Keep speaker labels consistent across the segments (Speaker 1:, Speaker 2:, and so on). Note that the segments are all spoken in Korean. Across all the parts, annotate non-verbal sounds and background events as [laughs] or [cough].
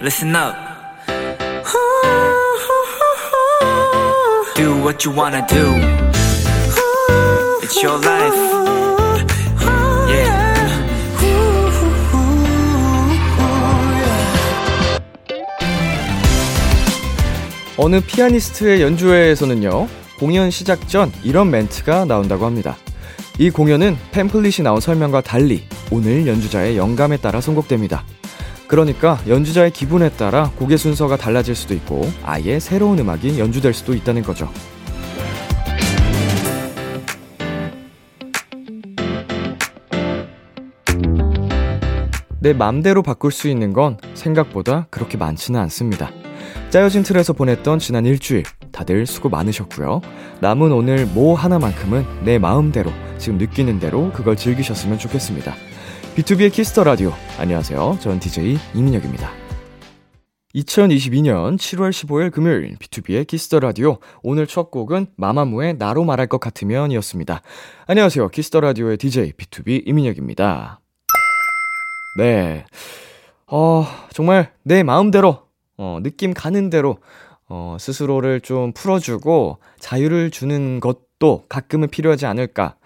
Speaker 1: listen up. Do what you wanna do. It's your life. Yeah.
Speaker 2: 어느 피아니스트의 연주회에서는요 공연 시작 전 이런 멘트가 나온다고 합니다 이 공연은 팸플릿이 나온 설명과 달리 오늘 연주자의 영감에 따라 선곡됩니다 그러니까 연주자의 기분에 따라 곡의 순서가 달라질 수도 있고 아예 새로운 음악이 연주될 수도 있다는 거죠 내 맘대로 바꿀 수 있는 건 생각보다 그렇게 많지는 않습니다 짜여진 틀에서 보냈던 지난 일주일 다들 수고 많으셨고요. 남은 오늘 뭐 하나만큼은 내 마음대로 지금 느끼는 대로 그걸 즐기셨으면 좋겠습니다. B2B의 키스터 라디오 안녕하세요. 전 DJ 이민혁입니다. 2022년 7월 15일 금요일 B2B의 키스터 라디오 오늘 첫 곡은 마마무의 나로 말할 것 같으면이었습니다. 안녕하세요. 키스터 라디오의 DJ B2B 이민혁입니다. 네. 어, 정말 내 마음대로, 어, 느낌 가는 대로, 어, 스스로를 좀 풀어주고 자유를 주는 것도 가끔은 필요하지 않을까.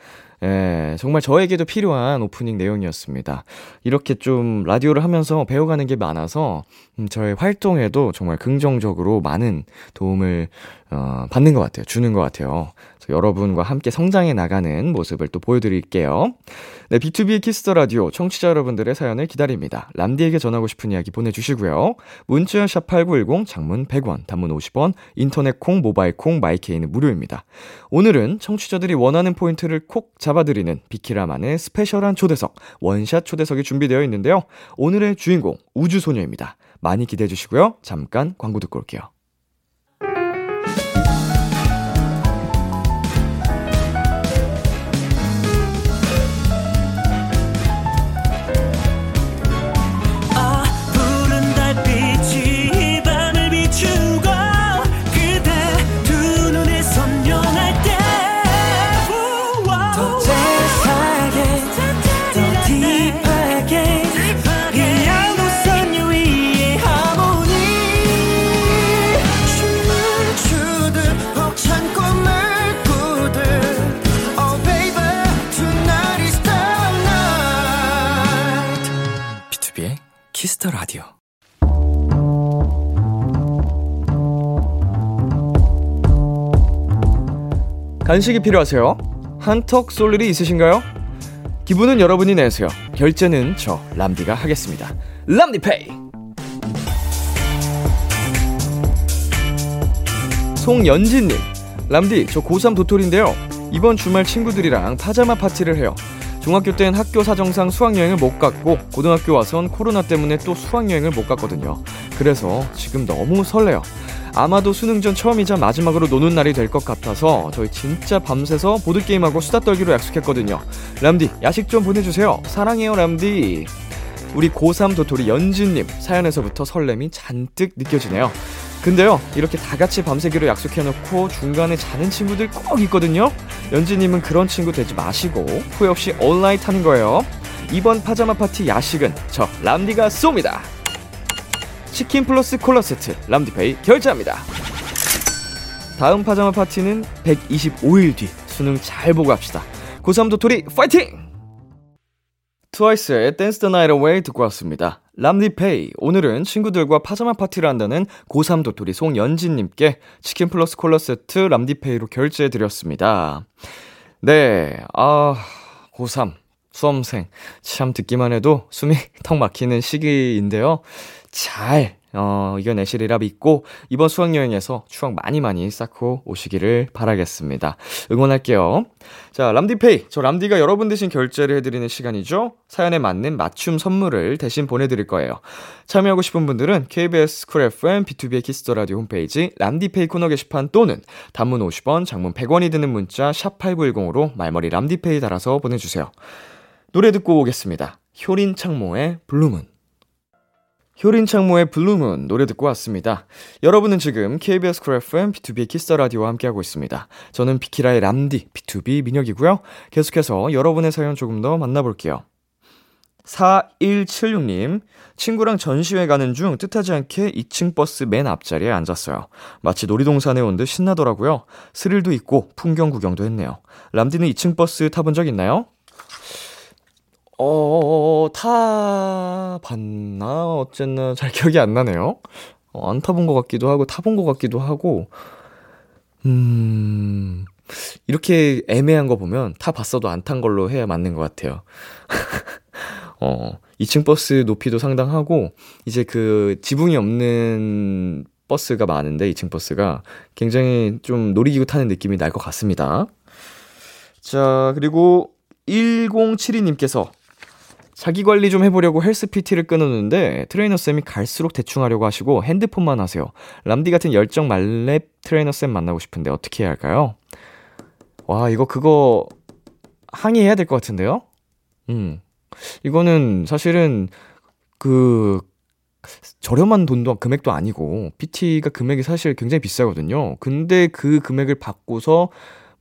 Speaker 2: 예, 정말 저에게도 필요한 오프닝 내용이었습니다. 이렇게 좀 라디오를 하면서 배워가는 게 많아서, 음, 저의 활동에도 정말 긍정적으로 많은 도움을, 어, 받는 것 같아요. 주는 것 같아요. 그래서 여러분과 함께 성장해 나가는 모습을 또 보여드릴게요. 네, B2B 키스터 라디오 청취자 여러분들의 사연을 기다립니다. 람디에게 전하고 싶은 이야기 보내주시고요. 문자 샵8910 장문 100원, 단문 50원, 인터넷 콩, 모바일 콩, 마이케이는 무료입니다. 오늘은 청취자들이 원하는 포인트를 콕 잡아드리는 비키라만의 스페셜한 초대석, 원샷 초대석이 준비되어 있는데요. 오늘의 주인공, 우주소녀입니다. 많이 기대해 주시고요. 잠깐 광고 듣고 올게요.
Speaker 3: 아, 푸른 달빛이 이 밤을 비추고 그대 두 눈에 선명할 때더 재사하게 더 딥하게 이 양도선 위의 하모니 춤을 추듯 벅찬 꿈을 꾸듯 Oh baby tonight is the night
Speaker 1: B2B의 키스터 라디오.
Speaker 2: 간식이 필요하세요? 한턱 쏠 일이 있으신가요? 기분은 여러분이 내세요. 결제는 저 람디가 하겠습니다. 람디페이. 송연진님, 람디 저 고3 도토리인데요. 이번 주말 친구들이랑 파자마 파티를 해요. 중학교 땐 학교 사정상 수학여행을 못 갔고 고등학교 와선 코로나 때문에 또 수학여행을 못 갔거든요. 그래서 지금 너무 설레요. 아마도 수능 전 처음이자 마지막으로 노는 날이 될 것 같아서 저희 진짜 밤새서 보드게임하고 수다 떨기로 약속했거든요. 람디, 야식 좀 보내주세요. 사랑해요, 람디. 우리 고3 도토리 연진님, 사연에서부터 설렘이 잔뜩 느껴지네요. 근데요, 이렇게 다 같이 밤새기로 약속해놓고 중간에 자는 친구들 꼭 있거든요? 연진님은 그런 친구 되지 마시고 후회 없이 온라인 타는 거예요. 이번 파자마 파티 야식은 저 람디가 쏩니다. 치킨 플러스 콜라 세트 람디페이 결제합니다. 다음 파자마 파티는 125일 뒤 수능 잘 보고 합시다. 고3 도토리 파이팅! 트와이스의 댄스 더 나이트 어웨이 듣고 왔습니다. 람디페이 오늘은 친구들과 파자마 파티를 한다는 고3 도토리 송연진님께 치킨 플러스 콜라 세트 람디페이로 결제해 드렸습니다. 네, 아 고3 수험생 참 듣기만 해도 숨이 [laughs] 턱 막히는 시기인데요. 잘 어, 이겨내시리라 믿고 이번 수학여행에서 추억 많이 많이 쌓고 오시기를 바라겠습니다. 응원할게요. 자, 람디페이. 저 람디가 여러분 대신 결제를 해드리는 시간이죠. 사연에 맞는 맞춤 선물을 대신 보내드릴 거예요. 참여하고 싶은 분들은 KBS 쿨 FM, B2B의 키스터라디오 홈페이지 람디페이 코너 게시판 또는 단문 50원, 장문 100원이 드는 문자 샵8910으로 말머리 람디페이 달아서 보내주세요. 노래 듣고 오겠습니다. 효린 창모의 블루문. 효린 창모의 블루문 노래 듣고 왔습니다. 여러분은 지금 KBS 쿨 FM B2B 키스터 라디오와 함께하고 있습니다. 저는 비키라의 람디 B2B 민혁이고요. 계속해서 여러분의 사연 조금 더 만나볼게요. 4176님, 친구랑 전시회 가는 중 뜻하지 않게 2층 버스 맨 앞자리에 앉았어요. 마치 놀이동산에 온 듯 신나더라고요. 스릴도 있고 풍경 구경도 했네요. 람디는 2층 버스 타본 적 있나요? 어, 타봤나? 어쨌나 잘 [laughs] 기억이 안 나네요. 어, 안 타본 것 같기도 하고, 타본 것 같기도 하고, 음, 이렇게 애매한 거 보면 타봤어도 안 탄 걸로 해야 맞는 것 같아요. [laughs] 어, 2층 버스 높이도 상당하고, 이제 그 지붕이 없는 버스가 많은데, 2층 버스가 굉장히 좀 놀이기구 타는 느낌이 날 것 같습니다. 자, 그리고 1072님께서 자기 관리 좀 해보려고 헬스 PT를 끊었는데 트레이너 쌤이 갈수록 대충 하려고 하시고 핸드폰만 하세요. 람디 같은 열정 말렙 트레이너 쌤 만나고 싶은데 어떻게 해야 할까요? 와 이거 그거 항의해야 될 것 같은데요? 음 이거는 사실은 그 저렴한 돈도 금액도 아니고 PT가 금액이 사실 굉장히 비싸거든요. 근데 그 금액을 받고서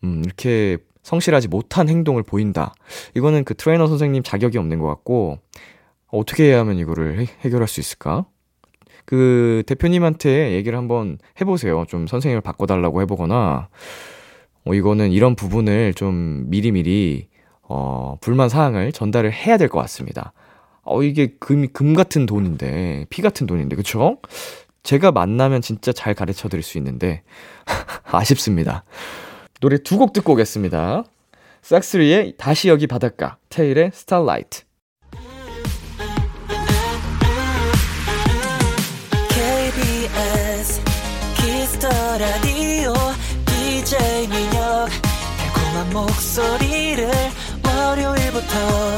Speaker 2: 음, 이렇게 성실하지 못한 행동을 보인다. 이거는 그 트레이너 선생님 자격이 없는 것 같고, 어떻게 해야 하면 이거를 해- 해결할 수 있을까? 그 대표님한테 얘기를 한번 해보세요. 좀 선생님을 바꿔달라고 해보거나, 어, 이거는 이런 부분을 좀 미리미리, 어, 불만 사항을 전달을 해야 될 것 같습니다. 어, 이게 금, 금 같은 돈인데, 피 같은 돈인데, 그쵸? 제가 만나면 진짜 잘 가르쳐 드릴 수 있는데, [laughs] 아쉽습니다. 노래 두 곡 듣고 오겠습니다. 싹스리의 다시 여기 바닷가, 테일의 스타라이트.
Speaker 3: KBS 키스터 라디오 DJ 민혁 달콤한 목소리를 월요일부터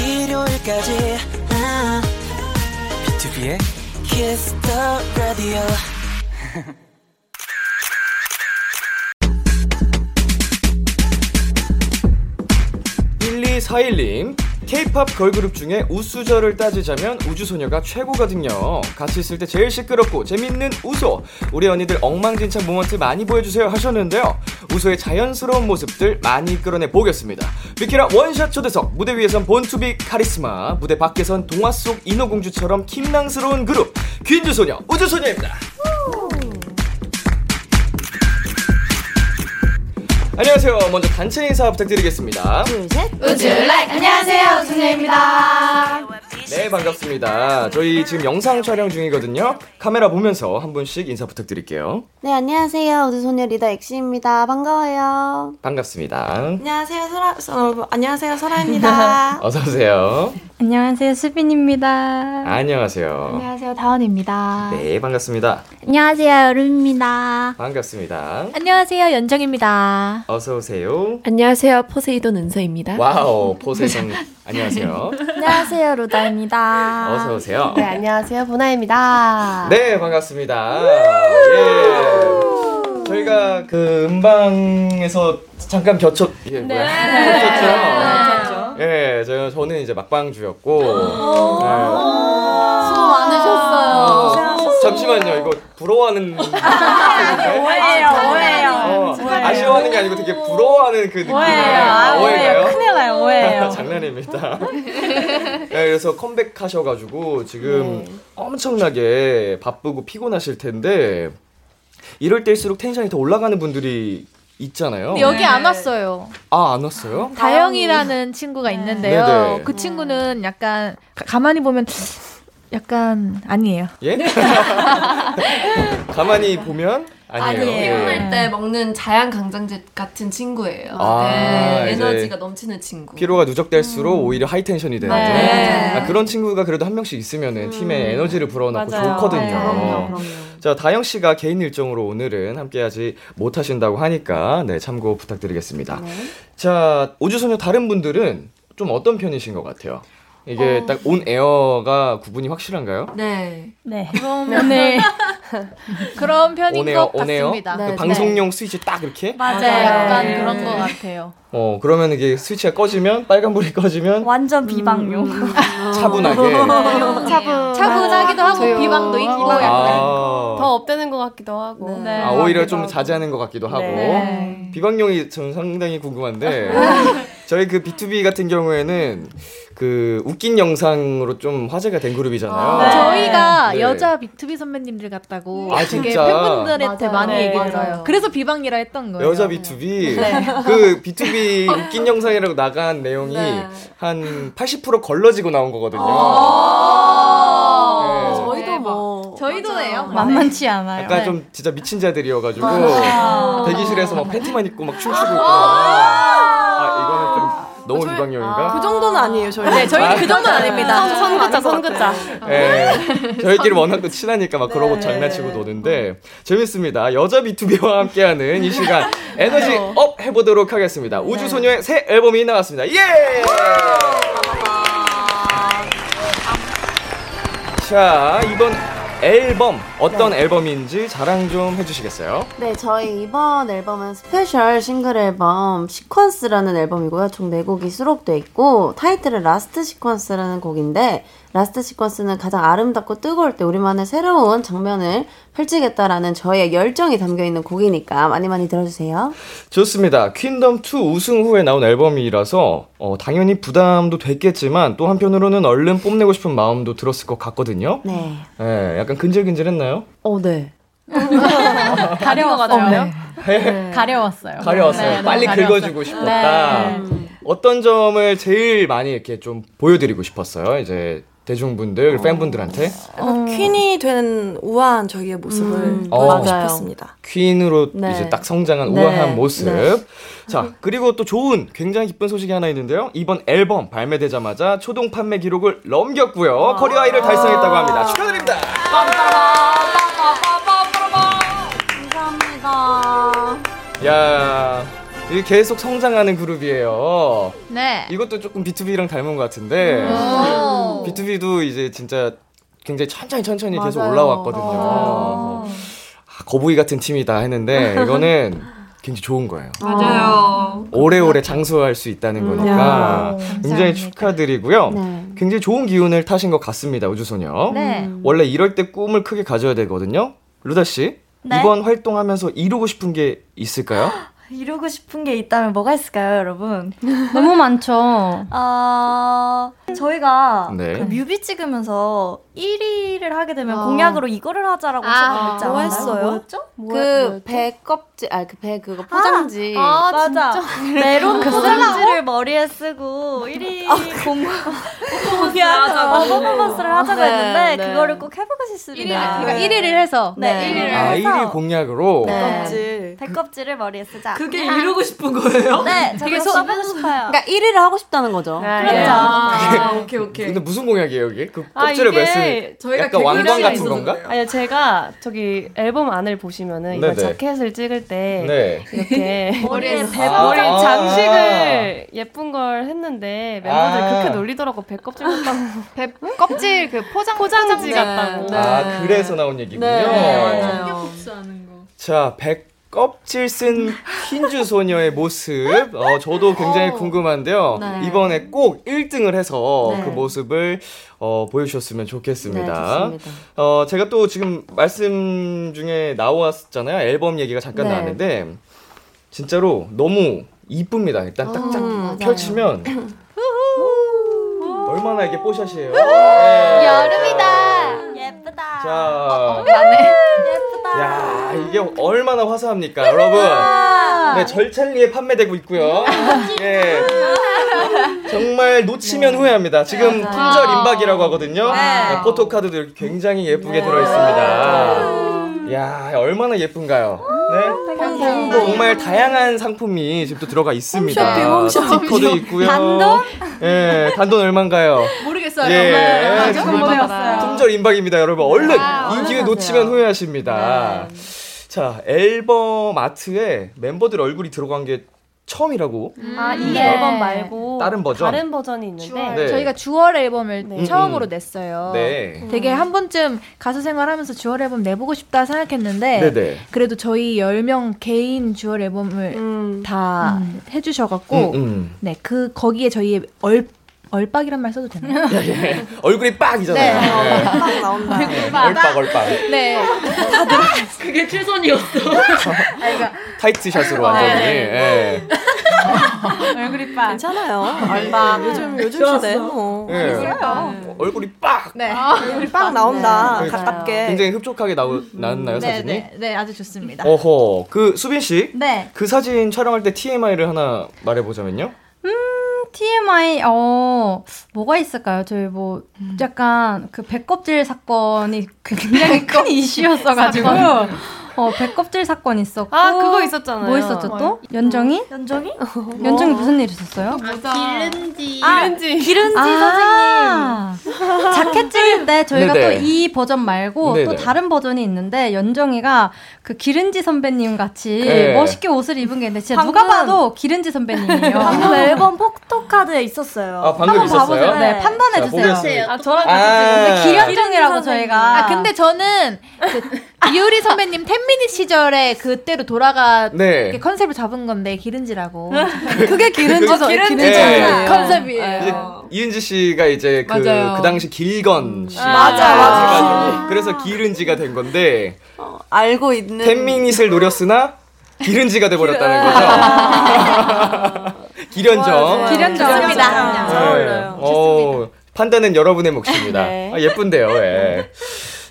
Speaker 3: 일요일까지 음,
Speaker 1: B2B의
Speaker 3: 키스터 라디오
Speaker 2: 일 1241님 K-팝 걸그룹 중에 우수저를 따지자면 우주소녀가 최고거든요 같이 있을 때 제일 시끄럽고 재밌는 우소 우리 언니들 엉망진창 모먼트 많이 보여주세요 하셨는데요 우소의 자연스러운 모습들 많이 이끌어내 보겠습니다 비키라 원샷 초대석 무대 위에선 본투비 카리스마 무대 밖에선 동화 속 인어공주처럼 킴낭스러운 그룹 퀸즈소녀 우주소녀입니다 안녕하세요 먼저 단체 인사 부탁드리겠습니다
Speaker 4: 네,
Speaker 5: 우주라이 안녕하세요 우주입니다
Speaker 2: 네 반갑습니다. 저희 지금 영상 촬영 중이거든요. 카메라 보면서 한 분씩 인사 부탁드릴게요.
Speaker 6: 네 안녕하세요 우주소녀 리더 엑시입니다 반가워요
Speaker 2: 반갑습니다.
Speaker 6: 안녕하세요 소라 어, 안녕하세요 [laughs] 소라입니다
Speaker 2: 어서 오세요.
Speaker 5: 안녕하세요 수빈입니다
Speaker 2: 안녕하세요.
Speaker 5: 안녕하세요 다원입니다
Speaker 2: 네 반갑습니다.
Speaker 5: 안녕하세요 여름입니다
Speaker 2: 반갑습니다.
Speaker 5: 안녕하세요 연정입니다
Speaker 2: 어서 오세요.
Speaker 7: 안녕하세요. 포세이돈 은서입니다.
Speaker 2: 와우 포세이돈 안녕하세요.
Speaker 5: 안녕하세요 로다입니다
Speaker 2: 어서 오세요.
Speaker 6: 네
Speaker 8: [laughs]
Speaker 6: 안녕하세요 보나입니다
Speaker 2: 네 반갑습니다. 예. 저희가 그 음방에서 잠깐 겹쳤 예, 뭐야? 겹쳤죠. 예, 저 저는 이제 막방주였고. 예.
Speaker 5: 수고 많으셨어요
Speaker 2: 잠시만요. 이거 부러워하는
Speaker 5: 오해예요 오해예요
Speaker 2: 어, 아쉬워하는 게 아니고 되게 부러워하는 그 느낌이에요. 오해가요?
Speaker 5: 큰일 나요
Speaker 2: [laughs]
Speaker 5: 오해예요
Speaker 2: 장난입니다. 네, 그래서 컴백하셔가지고 지금 엄청나게 바쁘고 피곤하실 텐데 이럴 때일수록 텐션이 더 올라가는 분들이 있잖아요.
Speaker 8: 여기 안 왔어요.
Speaker 2: 아 안 왔어요?
Speaker 8: 다영이라는 친구가 있는데요.
Speaker 2: 네네.
Speaker 8: 그 친구는 약간 가- 가만히 보면 약간 아니에요.
Speaker 2: 예? [laughs] 가만히 보면 아니에요. 예.
Speaker 9: 네.
Speaker 7: 피곤할 때 먹는 자양 강장제 같은 친구예요.
Speaker 2: 아,
Speaker 7: 네,
Speaker 2: 이제
Speaker 7: 에너지가 넘치는 친구.
Speaker 2: 피로가
Speaker 8: 음.
Speaker 2: 누적될수록 오히려 하이 텐션이 되는
Speaker 7: 네.
Speaker 2: 아, 그런 친구가 그래도 한 명씩 있으면 팀에 에너지를 불어넣고 좋거든요.
Speaker 8: 음. 네, 그럼요,
Speaker 2: 자, 다영 씨가 개인 일정으로 오늘은 함께하지 못하신다고 하니까 네, 참고 부탁드리겠습니다.
Speaker 8: 네.
Speaker 2: 자, 우주소녀 다른 분들은 좀 어떤 편이신 것 같아요? 이게
Speaker 8: 어.
Speaker 2: 딱 온 에어가 구분이 확실한가요?
Speaker 7: 네.
Speaker 8: 네. 그러면 네. [laughs] 그런 편인
Speaker 2: 오네요,
Speaker 8: 것
Speaker 2: 오네요.
Speaker 8: 같습니다.
Speaker 2: 그 방송용 스위치 딱 이렇게?
Speaker 8: 맞아요. 네. 약간 그런 것 같아요.
Speaker 2: 어, 그러면 이게 스위치가 꺼지면 빨간불이 꺼지면 음,
Speaker 8: 완전 비방용. [laughs]
Speaker 2: 차분하게.
Speaker 6: 차분
Speaker 8: 차분하기도 하고
Speaker 7: 맞아요.
Speaker 8: 비방도 있고
Speaker 7: 맞아요.
Speaker 8: 약간.
Speaker 2: 아.
Speaker 7: 더 업되는 것 같기도 하고.
Speaker 8: 네.
Speaker 2: 아, 오히려 좀 자제하는 것 같기도 하고.
Speaker 8: 네.
Speaker 2: 비방용이 저는 상당히 궁금한데 저희 그 B2B 같은 경우에는 그 웃긴 영상으로 좀 화제가 된 그룹이잖아요.
Speaker 5: 네.
Speaker 8: 어, 저희가
Speaker 2: 네.
Speaker 8: 여자 B2B 선배님들 같다고
Speaker 2: 아,
Speaker 8: 되게
Speaker 2: 진짜?
Speaker 8: 팬분들한테
Speaker 5: 맞아요.
Speaker 8: 많이
Speaker 5: 네,
Speaker 8: 얘기를
Speaker 5: 맞아요.
Speaker 8: 해요. 그래서 비방이라 했던 거예요. 네.
Speaker 2: 여자 B2B 그 B2B 웃긴 영상이라고 나간 내용이
Speaker 7: 네.
Speaker 2: 한 80% 걸러지고 나온 거거든요.
Speaker 7: 아~
Speaker 2: 네.
Speaker 7: 저희도 뭐 맞아요.
Speaker 8: 저희도예요.
Speaker 5: 만만치 않아요.
Speaker 10: 네.
Speaker 6: 네.
Speaker 2: 약간 좀 진짜 미친 자들이어가지고
Speaker 5: 아.
Speaker 2: 대기실에서 막 팬티만 입고 막 춤추고 있고 아 이거는 좀 너무
Speaker 6: 그
Speaker 2: 비방용인가?
Speaker 6: 정도는 아니에요, 저희.
Speaker 8: 네, 저희는
Speaker 2: 아.
Speaker 8: 그 정도는 아닙니다.
Speaker 6: 선긋자, 선긋자.
Speaker 2: 예.
Speaker 6: 네.
Speaker 2: [laughs] 저희끼리 워낙 또 친하니까 막 그러고 장난치고 노는데 재밌습니다. 여자 B2B와 함께하는 이 시간 에너지 업 해보도록 하겠습니다. 우주소녀의 새 앨범이 나왔습니다. 예! 자, 이번 앨범 어떤 앨범인지 자랑 좀 해주시겠어요?
Speaker 6: 네, 저희 이번 앨범은 스페셜 싱글 앨범 시퀀스라는 앨범이고요. 총 4곡이 수록돼 있고 타이틀은 라스트 시퀀스라는 곡인데 라스트 시퀀스는 가장 아름답고 뜨거울 때 우리만의 새로운 장면을 펼치겠다라는 저희의 열정이 담겨 있는 곡이니까 많이 많이 들어주세요.
Speaker 2: 좋습니다. 퀸덤 2 우승 후에 나온 앨범이라서 어, 당연히 부담도 됐겠지만 또 한편으로는 얼른 뽐내고 싶은 마음도 들었을 것 같거든요.
Speaker 6: 네.
Speaker 2: 예, 약간 근질근질했나요?
Speaker 6: 어, 네.
Speaker 11: 네.
Speaker 5: 가려웠어요.
Speaker 2: 예.
Speaker 6: 네.
Speaker 5: 가려웠어요.
Speaker 2: 아, 가려웠어요.
Speaker 5: 네, 너무
Speaker 2: 빨리
Speaker 5: 가려웠어요.
Speaker 2: 긁어주고 싶었다.
Speaker 11: 음,
Speaker 2: 어떤 점을 제일 많이 이렇게 좀 보여드리고 싶었어요. 이제 대중분들, 팬분들한테
Speaker 6: 음, 어.
Speaker 10: 퀸이 된 우아한 저희의 모습을
Speaker 2: 어.
Speaker 10: 보여주고
Speaker 6: 맞아요.
Speaker 10: 싶었습니다.
Speaker 2: 퀸으로
Speaker 6: 네.
Speaker 2: 이제 딱 성장한
Speaker 6: 네.
Speaker 2: 우아한 모습.
Speaker 6: 네.
Speaker 2: 자, 그리고 또 좋은 굉장히 기쁜 소식이 하나 있는데요. 이번 앨범 발매되자마자 초동 판매 기록을 넘겼고요. 커리어 하이를 달성했다고 합니다. 축하드립니다.
Speaker 6: 감사합니다.
Speaker 2: 야, 이게 계속 성장하는 그룹이에요.
Speaker 8: 네.
Speaker 2: 이것도 조금 B2B랑 닮은 것 같은데.
Speaker 12: 음.
Speaker 2: B2B도 이제 진짜 굉장히 천천히 천천히 계속
Speaker 6: 맞아요.
Speaker 2: 올라왔거든요. 그래서 아, 거북이 같은 팀이다 했는데 이거는 굉장히 좋은 거예요.
Speaker 7: 맞아요.
Speaker 2: 오래오래 장수할 수 있다는 거니까 굉장히 축하드리고요.
Speaker 6: 네.
Speaker 2: 굉장히 좋은 기운을 타신 것 같습니다, 우주소녀.
Speaker 8: 네.
Speaker 2: 원래 이럴 때 꿈을 크게 가져야 되거든요. 루다 씨,
Speaker 5: 네?
Speaker 2: 이번 활동하면서 이루고 싶은 게 있을까요?
Speaker 13: 아, 이루고 싶은 게 있다면 뭐가 있을까요, 여러분?
Speaker 5: 너무 많죠.
Speaker 13: 아, 저희가
Speaker 2: 네.
Speaker 13: 그 뮤비 찍으면서 1위를 하게 되면
Speaker 6: 어.
Speaker 7: 아.
Speaker 6: [laughs]
Speaker 13: 공약으로 이거를 하자라고
Speaker 7: 아,
Speaker 13: 했었지
Speaker 10: 뭐
Speaker 13: 않았나요?
Speaker 10: 했어요?
Speaker 13: 뭐였죠?
Speaker 6: 그배 껍질, 아, 그 배 그거 포장지. 그
Speaker 13: 아, 맞아.
Speaker 6: [laughs]
Speaker 13: 메론 포장지를 머리에 쓰고
Speaker 6: 아,
Speaker 13: 1위 공 공약 어, 퍼포먼스를 하자고
Speaker 6: 네,
Speaker 13: 했는데
Speaker 6: 네.
Speaker 13: 그거를 꼭 해보고 싶습니다.
Speaker 8: 그러니까 1위를 해서
Speaker 13: [gasps] 네,
Speaker 6: 네.
Speaker 13: 1위를
Speaker 2: 아, 1위
Speaker 13: 해서
Speaker 2: 공약으로.
Speaker 6: 네.
Speaker 10: 껍질.
Speaker 13: 배껍질을 머리에 쓰자.
Speaker 10: 그게 이루고 싶은 거예요?
Speaker 13: 네, 저도 써보고 싶어요.
Speaker 6: 그러니까 1위를 하고 싶다는 거죠.
Speaker 13: 그렇죠.
Speaker 7: 아, 오케이 오케이.
Speaker 2: 근데 무슨 공약이에요, 여기? 그
Speaker 14: 아,
Speaker 2: 껍질을 왜 쓰는?
Speaker 10: 아, 저희가 그
Speaker 2: 약간 왕관 같은 건가?
Speaker 14: 아니 제가 저기 앨범 안을 보시면은 이거
Speaker 2: 네네.
Speaker 14: 자켓을 찍을 때
Speaker 2: 네.
Speaker 8: [laughs]
Speaker 2: 아.
Speaker 14: 이렇게
Speaker 13: 머리에
Speaker 2: 머리
Speaker 14: 머리 장식을 예쁜 걸 했는데 멤버들
Speaker 2: 아.
Speaker 14: 이 그렇게 놀리더라고 배꼽질 같다고
Speaker 8: [laughs] 배 껍질 그 포장 포장지
Speaker 14: 같다고
Speaker 2: 아, 그래서 나온 얘기군요.
Speaker 12: 네,
Speaker 2: 자, 백 껍질 쓴 퀸즈 소녀의 모습, 어, 저도 굉장히 궁금한데요. 이번에 꼭 1등을 해서 그 모습을 어, 보여주셨으면 좋겠습니다.
Speaker 6: 네, 좋습니다.
Speaker 2: 어, 제가 또 지금 말씀 중에 나왔잖아요. 앨범 얘기가 잠깐
Speaker 6: 네.
Speaker 2: 나왔는데, 진짜로 너무 이쁩니다. 일단 딱딱 펼치면. 얼마나 이게 뽀샷이에요. 네. 여름이다.
Speaker 13: 예쁘다.
Speaker 2: 자,
Speaker 12: 어,
Speaker 2: 아, 야, 이게 얼마나 화사합니까, 여러분? 음. 네, 절찬리에 판매되고 있고요. 예. [laughs] 정말 놓치면 후회합니다. 지금 품절 임박이라고 하거든요. 네, 포토카드도 이렇게 굉장히 예쁘게 들어 있습니다. 야, 얼마나 예쁜가요? 네. 정말 다양한 상품이 지금 또 들어가 있습니다. 스티커도 있고요. 단돈? 예, 단돈 얼마인가요?
Speaker 8: 모르겠어요.
Speaker 2: 예,
Speaker 8: 맞아?
Speaker 2: 정말 품절 임박입니다, 여러분. 얼른 이 기회 놓치면 후회하십니다. 자, 앨범 아트에 멤버들 얼굴이 들어간 게 처음이라고 [laughs]
Speaker 14: 아, 이
Speaker 8: 네.
Speaker 14: 앨범 말고
Speaker 2: 다른 버전?
Speaker 14: 다른 버전이 있는데
Speaker 2: 네.
Speaker 8: 저희가 주얼 앨범을
Speaker 14: 네.
Speaker 8: 처음으로
Speaker 2: 음, 음.
Speaker 8: 냈어요.
Speaker 2: 네.
Speaker 8: 되게 한 번쯤 가수 생활하면서 주얼 앨범 내보고 싶다 생각했는데
Speaker 2: 네네.
Speaker 8: 그래도 저희 10명 개인 주얼 앨범을
Speaker 14: 음.
Speaker 8: 다 해주셔갖고
Speaker 2: 음, 음.
Speaker 8: 네, 그 거기에 저희의 얼 얼빡이란 말
Speaker 2: [laughs]
Speaker 8: 써도 되나요?
Speaker 2: 예, 얼굴이 빡이잖아요. 네.
Speaker 6: 딱 나온다.
Speaker 2: 얼빡, 얼빡.
Speaker 8: 네.
Speaker 2: 타이트 샷으로 완전히. 예.
Speaker 11: 얼굴이 빡.
Speaker 6: 괜찮아요. 음.
Speaker 11: 얼마.
Speaker 6: 요즘 요즘 시대 뭐.
Speaker 2: 예.
Speaker 6: 있어요.
Speaker 2: 얼굴이 빡!
Speaker 8: 네.
Speaker 14: 아,
Speaker 6: 얼굴이 빡 나온다.
Speaker 2: 네.
Speaker 6: 가깝게.
Speaker 2: 굉장히 흡족하게 나오, 나왔나요,
Speaker 8: 네,
Speaker 2: 사진이?
Speaker 8: 네, 네, 아주 좋습니다.
Speaker 2: 어허, 그 수빈씨?
Speaker 11: 네.
Speaker 2: 그 사진 촬영할 때 TMI를 하나 말해보자면요.
Speaker 11: TMI 어 뭐가 있을까요? 저희 뭐 약간 그 배꼽질 사건이 굉장히 큰 이슈였어가지고
Speaker 12: 사건.
Speaker 11: [laughs] 어 배꼽질 사건 있었고
Speaker 12: 아, 그거 있었잖아요.
Speaker 11: 뭐 있었죠 또?
Speaker 12: 뭐요?
Speaker 11: 연정이? 연정이? 연정이 무슨 일 있었어요?
Speaker 12: 아, 기른지.
Speaker 11: 아, 기른지 선생님 자켓 찍을 때 저희가
Speaker 12: 네네.
Speaker 11: 또 이 버전 말고
Speaker 12: 네네.
Speaker 11: 또 다른 버전이 있는데 연정이가 그 기른지 선배님 같이
Speaker 12: 네.
Speaker 11: 멋있게 옷을 입은 게 있는데 진짜 누가
Speaker 9: 방금-
Speaker 11: 봐도 기른지 선배님이에요.
Speaker 9: 방금 앨범 포토카드에 있었어요.
Speaker 11: 아, 방금
Speaker 9: 한번
Speaker 11: 있었어요?
Speaker 9: 봐보세요.
Speaker 11: 네, 판단해
Speaker 9: 자,
Speaker 11: 주세요.
Speaker 9: 보겠습니다.
Speaker 11: 아, 저랑
Speaker 2: 같이 찍은 거.
Speaker 8: 기련정이라고
Speaker 11: 저희가.
Speaker 8: 아 근데 저는 그 이유리 선배님 텐미닛 시절에 그때로 돌아가
Speaker 2: 네.
Speaker 8: 이렇게 컨셉을 잡은 건데 기른지라고.
Speaker 11: 그게
Speaker 2: 기른지 선- 기른지
Speaker 12: 네.
Speaker 2: 기른지 선배님.
Speaker 8: 컨셉이에요.
Speaker 2: 이은지 씨가 이제 그,
Speaker 8: 맞아요.
Speaker 2: 그 당시 길건 씨.
Speaker 8: 아, 맞아, 맞아.
Speaker 2: 가지고 그래서 기른지가 된 건데,
Speaker 10: 알고 있는
Speaker 2: 텐미닛을 노렸으나, 기른지가 돼버렸다는
Speaker 8: 아. [laughs]
Speaker 2: 거죠. 기련정.
Speaker 8: 기련정입니다.
Speaker 2: 네. 어, 판단은 여러분의 몫입니다.
Speaker 8: 네.
Speaker 2: 아, 예쁜데요. 예.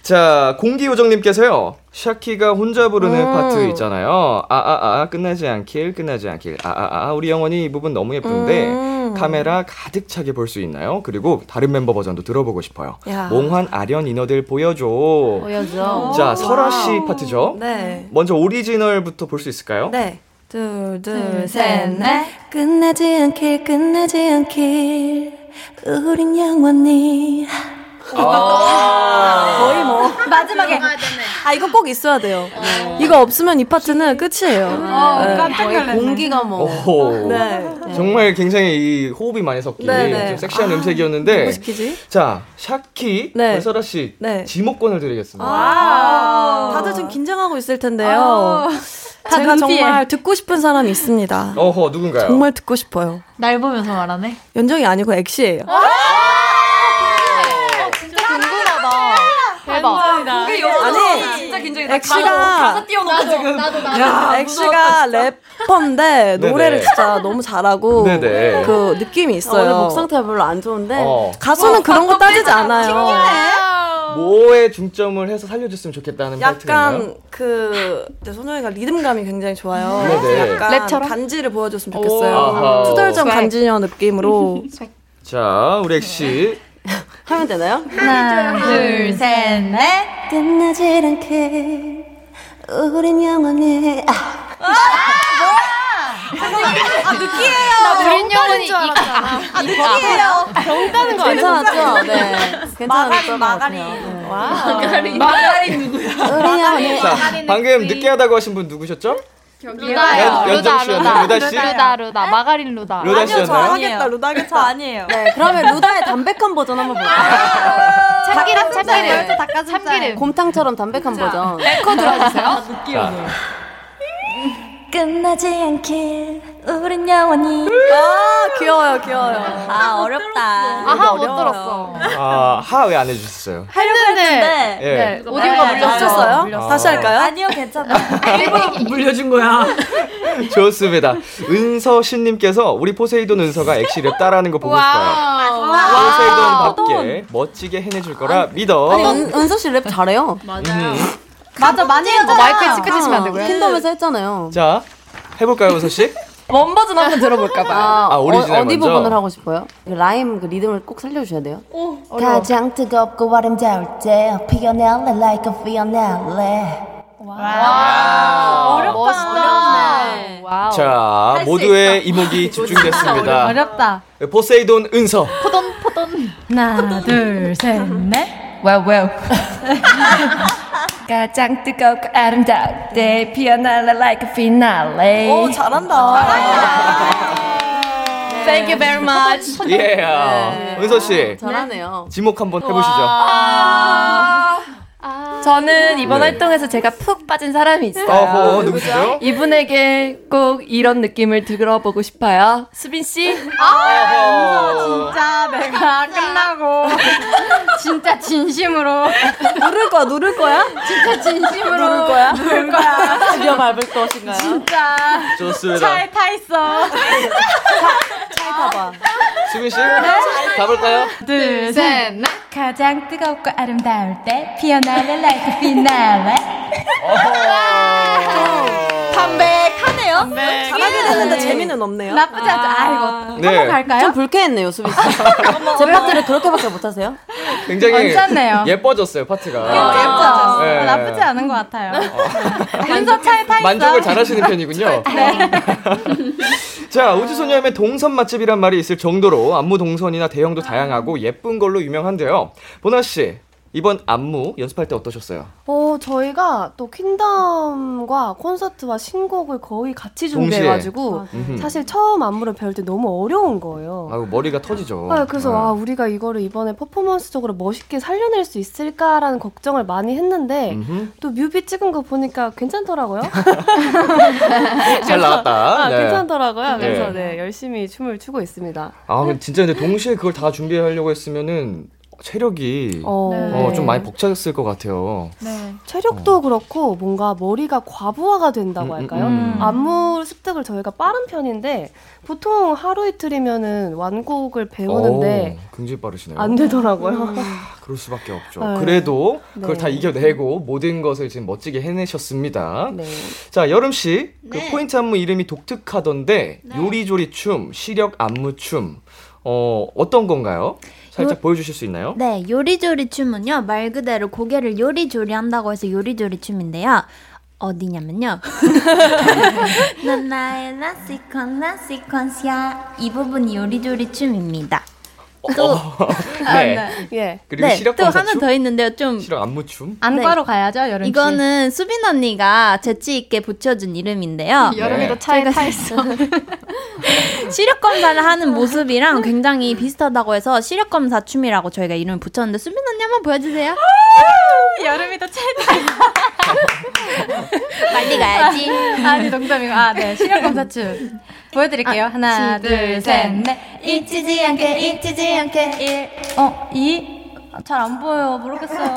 Speaker 2: 자, 공기요정님께서요. 샤키가 혼자 부르는
Speaker 15: 음.
Speaker 2: 파트 있잖아요. 아, 아, 아, 끝나지 않길, 끝나지 않길. 아, 아, 아, 우리 영원히 이 부분 너무 예쁜데, 카메라 가득 차게 볼 수 있나요? 그리고 다른 멤버 버전도 들어보고 싶어요.
Speaker 6: 야.
Speaker 2: 몽환 아련 인어들 보여줘.
Speaker 6: 보여줘.
Speaker 2: 자,
Speaker 6: 오,
Speaker 2: 설아씨 파트죠?
Speaker 6: 네.
Speaker 2: 먼저 오리지널부터 볼 수 있을까요?
Speaker 6: 네. 둘, 둘,
Speaker 9: 둘,
Speaker 6: 셋,
Speaker 9: 셋,
Speaker 6: 넷.
Speaker 9: 넷.
Speaker 13: 끝나지 않길 끝나지 않길 우린 영원히
Speaker 6: 거의 뭐
Speaker 11: 마지막에
Speaker 6: 아 이거 꼭 있어야 돼요. 이거 없으면 이 파트는 끝이에요. 네.
Speaker 10: 공기가
Speaker 2: 어.
Speaker 10: 뭐.
Speaker 2: 오.
Speaker 6: 네.
Speaker 2: 정말 굉장히 이 호흡이 많이 섞인
Speaker 6: 네, 네.
Speaker 2: 좀 섹시한 음색이었는데
Speaker 6: 누구 시키지?
Speaker 2: 자 샤키
Speaker 6: 네.
Speaker 2: 설아 씨
Speaker 6: 네.
Speaker 2: 지목권을 드리겠습니다.
Speaker 6: 아, 다들 좀 긴장하고 있을
Speaker 2: 아.
Speaker 6: 텐데요.
Speaker 8: 다
Speaker 6: 제가
Speaker 8: 눈피해.
Speaker 6: 정말 듣고 싶은 사람이 있습니다.
Speaker 2: 어허 누군가요?
Speaker 6: 정말 듣고 싶어요.
Speaker 8: 날 보면서 말하네.
Speaker 6: 연정이 아니고 엑시예요.
Speaker 8: 진짜 궁금하다. 대박.
Speaker 12: 그게 여자
Speaker 6: 아니,
Speaker 12: 진짜 긴장이
Speaker 6: 엑시가- 야, 엑시가 래퍼인데
Speaker 2: 네네.
Speaker 6: 노래를 진짜 너무 잘하고
Speaker 2: 네네.
Speaker 6: 그 느낌이 있어요.
Speaker 10: 오늘 목 상태가 별로 안 좋은데
Speaker 2: 어.
Speaker 6: 가수는 그런 거 따지지 않아요.
Speaker 2: 뭐에 중점을 해서 살려줬으면 좋겠다는 파트가 있나요?
Speaker 6: 약간 그 근데 손정이가 리듬감이 굉장히 좋아요.
Speaker 2: 네네.
Speaker 6: 약간
Speaker 2: 랩처럼?
Speaker 6: 간지를 보여줬으면
Speaker 2: 아하.
Speaker 6: 좋겠어요. 투덜전
Speaker 8: 네.
Speaker 2: 스웩.
Speaker 6: 간지녀
Speaker 11: [laughs]
Speaker 6: 느낌으로
Speaker 2: 자 우리 엑시
Speaker 6: 하면 되나요?
Speaker 11: 하나, 둘, 셋, 넷.
Speaker 13: 끝나지 않길 우린 영원히 아,
Speaker 9: 아,
Speaker 11: 그
Speaker 9: 느끼해요.
Speaker 12: 나 우린 영원히 이-
Speaker 9: 아,
Speaker 12: 아, 느끼해요.
Speaker 9: 정다는
Speaker 6: 괜찮았죠? 네. 괜찮았죠?
Speaker 9: 마가린.
Speaker 12: 마가린.
Speaker 9: 마가린
Speaker 6: 네.
Speaker 9: 누구야?
Speaker 6: 마가린.
Speaker 2: 자
Speaker 6: 네.
Speaker 2: 방금 느끼하다고 하신 분 누구셨죠?
Speaker 6: 아,
Speaker 12: 루다요.
Speaker 2: 연- 연정 씨였나? 루다 씨?
Speaker 12: 루다, 루다. 마가린 루다.
Speaker 2: 루다 아니요, 씨였나요? 저
Speaker 10: 하겠다,
Speaker 6: 루다 하겠다.
Speaker 9: 저 아니에요.
Speaker 10: [laughs] 네, 그러면 루다의 담백한 버전 한번 볼까요?
Speaker 9: 참기름,
Speaker 10: 닭가슴살.
Speaker 9: 참기름. 참기름.
Speaker 10: 곰탕처럼 담백한 버전.
Speaker 9: 에코
Speaker 10: [laughs]
Speaker 9: 들어주세요.
Speaker 2: 자,
Speaker 13: 끝나지 않길 우린 영원히
Speaker 6: 아 귀여워요 귀여워요
Speaker 9: 아 어렵다.
Speaker 12: 아하, 못 들었어.
Speaker 2: 아, 하 왜 안 해주셨어요?
Speaker 9: 했는데.
Speaker 2: 예. 네,
Speaker 12: 오디오가
Speaker 6: 물렸어요?
Speaker 2: 물렸어요.
Speaker 6: 다시 할까요?
Speaker 9: 아니요, 괜찮아.
Speaker 13: 뭐,
Speaker 6: 물려준 거야.
Speaker 2: 좋습니다. 은서신님께서 우리 포세이돈 은서가 엑시랩 따라하는 거 보고 싶어요.
Speaker 6: 아,
Speaker 2: 포세이돈답게 멋지게 해내줄 거라 믿어.
Speaker 10: 아니, 은, 은서 씨 랩 잘해요.
Speaker 2: 맞아요.
Speaker 10: 맞아, 많이
Speaker 11: 했잖아. 마이크에 치켜 치면 안 되고요.
Speaker 10: 아, 킨덤에서 했잖아요.
Speaker 2: 자, 해볼까요, 은서 [laughs] 씨?
Speaker 10: 원 버전 한번 들어볼까봐요.
Speaker 2: 아, 오리지널
Speaker 10: 어, 어디
Speaker 2: 먼저?
Speaker 10: 부분을 하고 싶어요? 그 라임 그 리듬을 꼭 살려주셔야 돼요.
Speaker 13: 가장 뜨겁고 아름다울 때 피어날래 like a 피어날래
Speaker 12: 어렵다. 멋있다. 와우.
Speaker 2: 자, 모두의
Speaker 9: 아,
Speaker 2: 이목이 집중됐습니다.
Speaker 11: 어렵다.
Speaker 2: 포세이돈 은서.
Speaker 11: 포돈 포돈. 하나, 둘, 셋, 넷. 와우 와우.
Speaker 9: 가장 뜨겁고 아름다울 때 피어날라 like a finale.
Speaker 6: 오 잘한다.
Speaker 9: Thank you very
Speaker 8: 아,
Speaker 9: much.
Speaker 2: 예. 은서 씨.
Speaker 10: 잘하네요.
Speaker 2: 지목 한번 해보시죠.
Speaker 13: 저는 이번
Speaker 2: 네.
Speaker 13: 활동에서 제가 푹 빠진 사람이 있어요.
Speaker 2: 어허, 누구죠?
Speaker 13: 이분에게 꼭 이런 느낌을 들어보고 싶어요. 수빈 씨.
Speaker 5: 아, 진짜 내가 끝나고 [laughs] 진짜 진심으로
Speaker 10: 누를 거야, 누를 거야?
Speaker 5: 진짜 진심으로
Speaker 10: 누를 거야?
Speaker 5: 울 거야.
Speaker 6: 드디어 밟을 것인가요?
Speaker 5: 진짜
Speaker 2: 좋습니다.
Speaker 5: 차에 타 있어.
Speaker 6: 봐봐.
Speaker 2: 수빈 씨, 가볼까요?
Speaker 5: 둘, 셋, 넷. 가장 뜨겁고 아름다울 때 피어나는 라이트 피날레.
Speaker 13: 담백하네요.
Speaker 10: 잘하긴 했는데 아, 재미는 없네요.
Speaker 5: 나쁘지 않죠? 아, 이거.
Speaker 2: 네.
Speaker 6: 좀 불쾌했네요, 수빈 씨. 제 파트를 그렇게밖에 못하세요?
Speaker 2: 굉장히
Speaker 5: 괜찮네요.
Speaker 2: 예뻐졌어요 파트가.
Speaker 5: 괜찮죠?
Speaker 2: 예.
Speaker 5: 나쁘지 않은 것 같아요. 윤서 차에 타 있어.
Speaker 2: 어. 만족을 잘하시는 편이군요. 자, 우주소녀엠의 동선 맛집이란 말이 있을 정도로 안무 동선이나 대형도 다양하고 예쁜 걸로 유명한데요. 보나 씨, 이번 안무 연습할 때 어떠셨어요?
Speaker 10: 어, 저희가 또 퀸덤과 콘서트와 신곡을 거의 같이
Speaker 2: 동시에.
Speaker 10: 준비해가지고
Speaker 2: 음흠.
Speaker 10: 사실 처음 안무를 배울 때 너무 어려운 거예요.
Speaker 2: 아유 머리가 터지죠.
Speaker 10: 아, 그래서
Speaker 2: 네.
Speaker 10: 아, 우리가 이거를 이번에 퍼포먼스적으로 멋있게 살려낼 수 있을까라는 걱정을 많이 했는데
Speaker 2: 음흠.
Speaker 10: 또 뮤비 찍은 거 보니까 괜찮더라고요.
Speaker 2: [laughs] 잘 나왔다.
Speaker 10: [laughs] 아,
Speaker 2: 네. 네.
Speaker 10: 괜찮더라고요. 그래서 네, 열심히 춤을 추고 있습니다.
Speaker 2: 아, 근데 진짜 근데 동시에 그걸 다 준비하려고 했으면은 체력이 어,
Speaker 10: 어,
Speaker 8: 네.
Speaker 2: 좀 많이 벅찼을 것 같아요.
Speaker 8: 네.
Speaker 10: 체력도 그렇고 뭔가 머리가 과부하가 된다고
Speaker 2: 어. 음, 음,
Speaker 10: 할까요?
Speaker 2: 음.
Speaker 10: 안무 습득을 저희가 빠른 편인데 보통 하루 이틀이면은 완곡을 배우는데
Speaker 2: 오, 어, 굉장히 빠르시네요.
Speaker 10: 안 되더라고요.
Speaker 2: 그럴 수밖에 없죠.
Speaker 10: 네.
Speaker 2: 그래도 그걸
Speaker 10: 네.
Speaker 2: 다 이겨내고 모든 것을 지금 멋지게 해내셨습니다.
Speaker 10: 네.
Speaker 2: 자, 여름 씨, 그 포인트 안무 이름이 독특하던데 요리조리 춤, 시력 안무 춤, 어 어떤 건가요? 살짝 보여주실 수 있나요?
Speaker 12: 네, 요리조리 춤은요, 말 그대로 고개를 요리조리 한다고 해서 요리조리 춤인데요. 어디냐면요. [laughs] 넌 나의 라시콘, 라시콘시야. 이 부분이 요리조리 춤입니다. 또,
Speaker 5: 아,
Speaker 2: 네.
Speaker 10: 예.
Speaker 2: 그리고
Speaker 12: 네,
Speaker 2: 시력
Speaker 12: 또
Speaker 2: 검사
Speaker 12: 하나
Speaker 2: 춤,
Speaker 12: 더 있는데요.
Speaker 10: 네.
Speaker 12: 좀,
Speaker 2: 시력 안무 춤.
Speaker 10: 아,
Speaker 5: 안과로 가야죠, 여름 씨.
Speaker 12: 네. 이거는 수빈 언니가 재치있게 붙여준 이름인데요.
Speaker 2: 여름이도
Speaker 12: 차에 타 있어. [laughs] 시력 검사를 하는 모습이랑 굉장히 비슷하다고 해서 시력 검사 춤이라고 저희가 이름을 붙였는데 수빈 언니 한번 보여주세요.
Speaker 5: 아, 여름이도 차에
Speaker 12: [laughs] 빨리 가야지.
Speaker 5: 아니 농담이고 아네 시력 검사 춤
Speaker 12: 아,
Speaker 5: 보여드릴게요 하나 둘
Speaker 12: 네.
Speaker 5: 셋넷
Speaker 12: 잊히지 않게 잊히지 않게 아,
Speaker 5: 어, 이? 잘 안 보여요. 모르겠어요.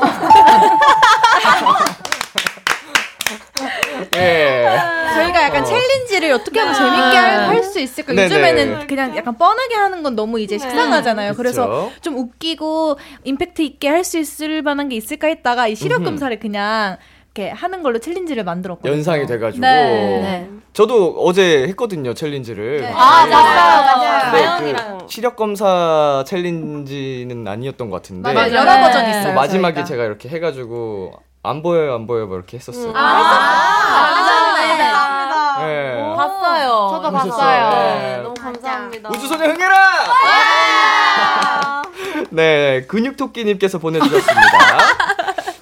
Speaker 5: 네.
Speaker 2: 예.
Speaker 8: 저희가 약간 챌린지를 어떻게 하면 재밌게 할 수 있을까?
Speaker 2: 네네.
Speaker 8: 요즘에는 그냥 약간 뻔하게 하는 건 너무 이제 식상하잖아요. 그래서
Speaker 2: 그쵸.
Speaker 8: 좀 웃기고 임팩트 있게 할 수 있을 만한 게 있을까 했다가 이 시력
Speaker 2: 음흠.
Speaker 8: 검사를 그냥 이렇게 하는 걸로 챌린지를 만들었거든요.
Speaker 2: 연상이 돼가지고
Speaker 5: 네.
Speaker 2: 저도 어제 했거든요 챌린지를.
Speaker 5: 아, 맞아요.
Speaker 2: 근데
Speaker 5: 맞아요.
Speaker 2: 그 시력 검사 챌린지는 아니었던 것 같은데
Speaker 8: 맞아요.
Speaker 2: 어,
Speaker 8: 여러
Speaker 5: 네.
Speaker 8: 버전 있어요.
Speaker 2: 마지막에
Speaker 8: 저희가.
Speaker 2: 제가 이렇게 해가지고 안 보여요 안 보여요 뭐 이렇게
Speaker 8: 음.
Speaker 2: 했었어요.
Speaker 8: 아,
Speaker 2: 아,
Speaker 5: 아, 감사합니다.
Speaker 2: 예.
Speaker 6: 봤어요.
Speaker 5: 저도
Speaker 2: 재밌었어요.
Speaker 5: 봤어요.
Speaker 2: 네.
Speaker 6: 너무 감사합니다.
Speaker 2: 우주소녀 흥해라! 네, 근육토끼님께서 보내주셨습니다.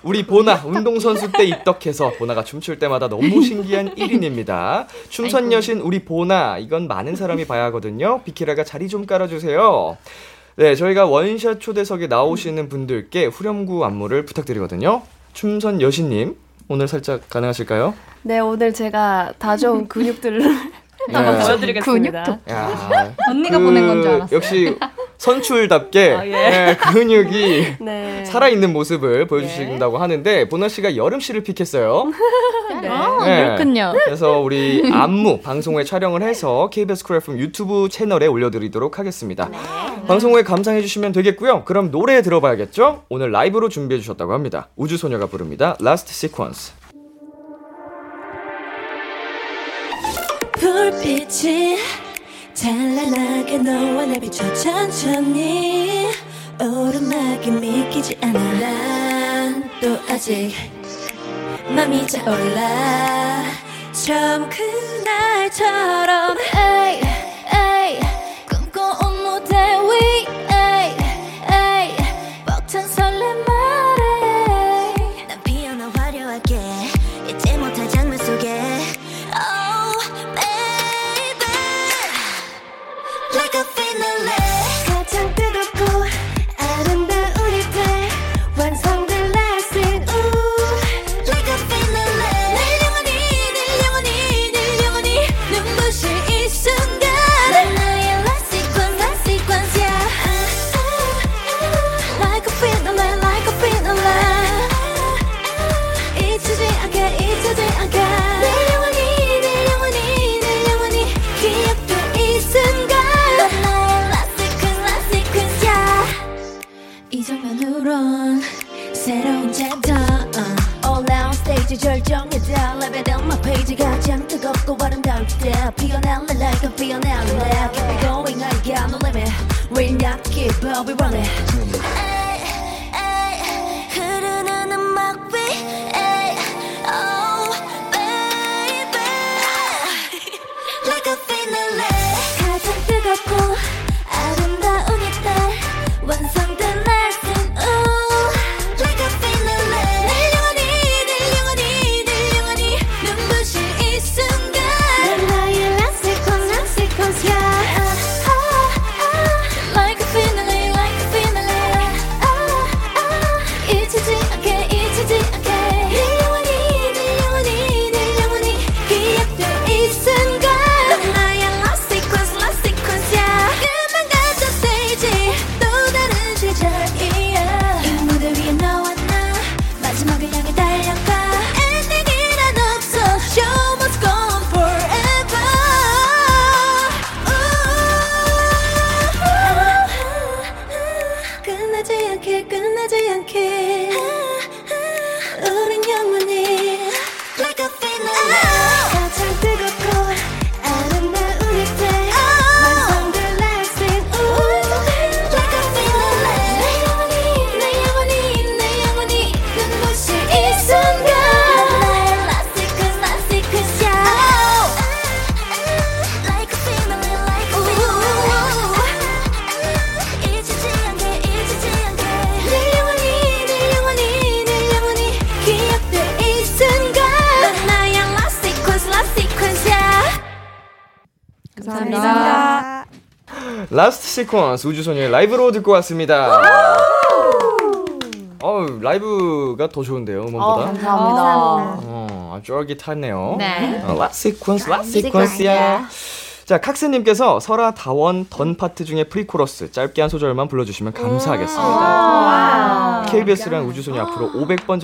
Speaker 2: 우리 보나 운동선수 때 입덕해서 보나가 춤출 때마다 너무 신기한
Speaker 5: [laughs]
Speaker 2: 1인입니다. 춤선 여신 우리 보나 이건 많은 사람이 봐야 하거든요. 비키라가 자리 좀 깔아주세요. 네, 저희가 원샷 초대석에 나오시는 분들께 후렴구 안무를 부탁드리거든요. 춤선 여신님 오늘 살짝 가능하실까요?
Speaker 10: 네, 오늘 제가 다져온 근육들을
Speaker 2: 네.
Speaker 10: 한번 보여드리겠습니다.
Speaker 2: 야,
Speaker 5: 언니가 보낸 건줄 알았어요. 아, 예.
Speaker 2: 역시 선출답게 네, 근육이
Speaker 5: [laughs]
Speaker 10: 네.
Speaker 2: 살아있는 모습을 보여주신다고 하는데 보나 씨가 여름 씨를 픽했어요. 네.
Speaker 12: 어, 그렇군요.
Speaker 2: 그래서
Speaker 12: [laughs]
Speaker 2: 우리 안무 방송 후에 촬영을 해서 KBS 쿨 FM 유튜브 채널에 올려드리도록 하겠습니다.
Speaker 12: 네.
Speaker 2: 방송 후에 감상해 주시면 되겠고요. 그럼 노래 들어봐야겠죠? 오늘 라이브로 준비해 주셨다고 합니다. 우주소녀가 부릅니다. 라스트 시퀀스.
Speaker 12: 불빛이 찬란하게 너와 내 비춰 천천히 오르막이 믿기지 않아 난또 아직 맘이 차올라 처음 그날처럼 에이 에이 꿈꿔온 무대 위 에이 에이 벅찬 설렘 아래 난 피어나 화려하게 잊지 못할 장면 속에 Oh baby like a finale 가장 뜨겁고 아름다운 이들 완성된 last in ooh 이정면으론 새로운 챕터 uh. 올라온 스테이지 절정이다 레벨 업마 페이지 가장 뜨겁고 아름다울 때 피어날래 like a 피어날래 Keep it going I got no limit We not give up we run it 에이, 에이, 흐르는 음악 위 에이, eh, oh, baby. Like a finale 가장 뜨겁고 아름다운 이달 완성된 날은 우 Like a finale 늘 영원히 늘 영원히 늘 영원히 눈부신 이 순간 넌 나의 last seconds last seconds yeah Ah, ah, ah. Like a finale like a finale Ah, ah. 잊히지 않게 잊히지 않게 늘 영원히 늘 영원히 늘 영원히 기억될 이 순간 넌 나의 last seconds last seconds yeah 그만 가자 스테이지 또 다른 시작이야 이 무대 위에 너와 나 마지막을 향해 달려가 엔딩이란 없어 Show must go on forever 우. 끝나지 않게 끝나지 않게 우린 영원히 Like a finale 가장 뜨겁고 아름다운 이때 완성될 last in 우. Like a finale 내 영원히 내 영원히 내 영원히 눈부신 이 순간 나의 last seconds last seconds yeah Like a finale like a finale 잊히지 않게 잊히지 않게 늘 영원히 늘 영원히 늘 영원히 기억될 이 순간 넌 나의 last seconds last seconds yeah
Speaker 7: 감사합니다.
Speaker 2: 라스트 시퀀스 우주소녀의 라이브로 듣고 왔습니다. 어우, 라이브가 더 좋은데요,
Speaker 12: 어,
Speaker 2: 음원보다.
Speaker 6: 감사합니다.
Speaker 2: 어, 쫄깃하네요.
Speaker 6: 네.
Speaker 2: 어, 라스트 시퀀스, 라스트 시퀀스야. 자, 칵스님께서 설아 다원 던 파트 중에 프리코러스 짧게 한 소절만 불러주시면
Speaker 6: 아,
Speaker 2: 감사하겠습니다. KBS랑 우주소녀 앞으로 500번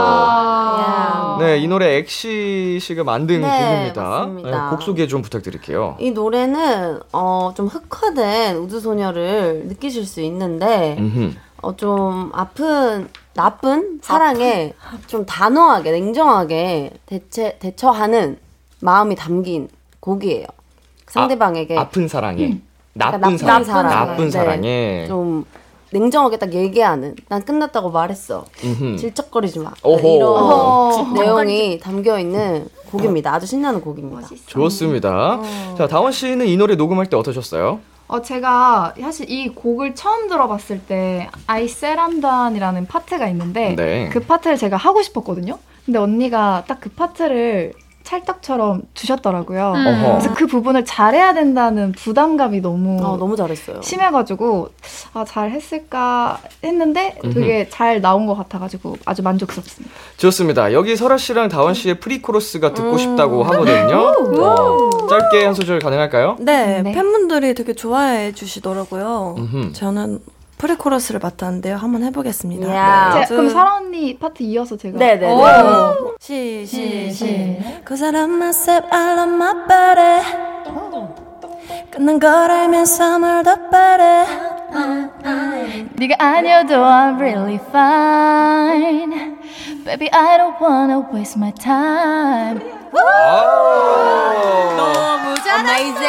Speaker 2: 절할게요. 네, 이 노래 엑시 씨가 만든
Speaker 6: 네,
Speaker 2: 곡입니다.
Speaker 6: 맞습니다.
Speaker 2: 곡 소개 좀 부탁드릴게요.
Speaker 6: 이 노래는 어, 좀 흑화된 우주소녀를 느끼실 수 있는데
Speaker 2: 음흠.
Speaker 6: 어, 좀 아픈 나쁜 사랑에 좀 단호하게 냉정하게 대체 대처하는 마음이 담긴 곡이에요. 상대방에게 음.
Speaker 2: 아, 픈 사랑에
Speaker 16: 음.
Speaker 2: 나쁜,
Speaker 6: 나쁜
Speaker 2: 사랑,
Speaker 6: 사랑에.
Speaker 2: 나쁜
Speaker 6: 네.
Speaker 2: 사랑에
Speaker 6: 좀 냉정하게 딱 얘기하는 난 끝났다고 말했어.
Speaker 2: 음흠.
Speaker 6: 질척거리지 마.
Speaker 2: 오호.
Speaker 7: 어,
Speaker 2: 어.
Speaker 6: 이런 내용이 담겨 있는 곡입니다. 아주 신나는 곡입니다.
Speaker 2: 좋습니다. 자 다원 씨는 이 노래 녹음할 때 어떠셨어요?
Speaker 7: 어, 제가 사실 이 곡을 처음 들어봤을 때 I 세람단이라는 파트가 있는데
Speaker 2: 네.
Speaker 7: 그 파트를 제가 하고 싶었거든요. 근데 언니가 딱 그 파트를 찰떡처럼 주셨더라고요.
Speaker 2: 음. 어허.
Speaker 7: 그래서 그 부분을 잘해야 된다는 부담감이 너무
Speaker 6: 아, 너무 잘했어요.
Speaker 7: 심해가지고 아 잘했을까 했는데 되게 잘 나온 것 같아가지고 아주 만족스럽습니다.
Speaker 2: 좋습니다. 여기 설아 씨랑 다원 씨의 프리코러스가 듣고 싶다고 하거든요. 어, 짧게 한 소절 가능할까요?
Speaker 16: 네, 팬분들이 되게 좋아해 주시더라고요.
Speaker 2: 음흠.
Speaker 16: 저는 프리코러스를 맡았는데요. 한번 해보겠습니다. 네,
Speaker 7: 제-
Speaker 16: 아주-
Speaker 7: 그럼 설아 언니 파트 이어서 제가
Speaker 16: 네네네.
Speaker 7: 오!
Speaker 16: 시,
Speaker 7: 시,
Speaker 16: 시,
Speaker 7: 시.
Speaker 16: 시.
Speaker 11: 네.
Speaker 16: Cause I love myself, I love my body. 끊는 걸 알면서 뭘더 better.
Speaker 2: 어.
Speaker 5: 네가 아니어도 I'm really fine Baby I don't wanna waste my time
Speaker 2: 너무
Speaker 6: 잘한다.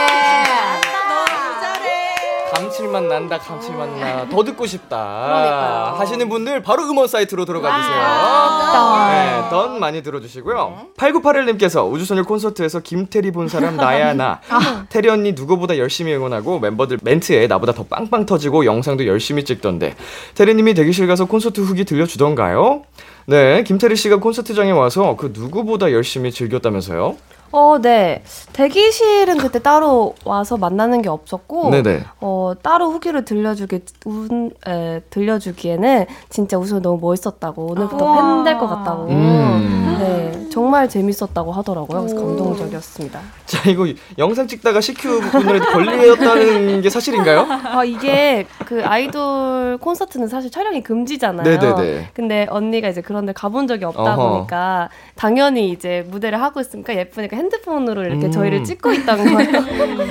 Speaker 2: 감칠맛 난다, 감칠맛 나. 더 듣고 싶다. 하시는 분들 바로 음원 사이트로 들어가
Speaker 12: 아.
Speaker 2: 주세요. 네, 던 많이 들어주시고요. 8981님께서 우주소녀 콘서트에서 김태리 본 사람 나야 나. 태리 언니 누구보다 열심히 응원하고 멤버들 멘트에 나보다 더 빵빵 터지고 영상도 열심히 찍던데 태리님이 대기실 가서 콘서트 후기 들려주던가요? 네, 김태리 씨가 콘서트장에 와서 그 누구보다 열심히 즐겼다면서요?
Speaker 10: 어, 네. 대기실은 그때 따로 와서 만나는 게 없었고,
Speaker 2: 네네.
Speaker 10: 어, 따로 후기를 들려주기, 운, 에,
Speaker 2: 음.
Speaker 10: 들려주기에는 진짜 우선 너무 멋있었다고, 오늘부터 팬 될 것 같다고. 네. 정말 재밌었다고 하더라고요. 그래서 감동적이었습니다.
Speaker 2: 자, 이거 영상 찍다가 CQ 분들한테 걸리었다는 게 사실인가요?
Speaker 10: [laughs] 아 이게 그 아이돌 콘서트는 사실 촬영이 금지잖아요.
Speaker 2: 네네네.
Speaker 10: 근데 언니가 이제 그런 데 가본 적이 없다
Speaker 2: 어허.
Speaker 10: 보니까 당연히 이제 무대를 하고 있으니까 예쁘니까 핸드폰으로 이렇게
Speaker 2: 음.
Speaker 10: 저희를 찍고 있다는
Speaker 6: [laughs]
Speaker 10: 거예요.
Speaker 6: 음.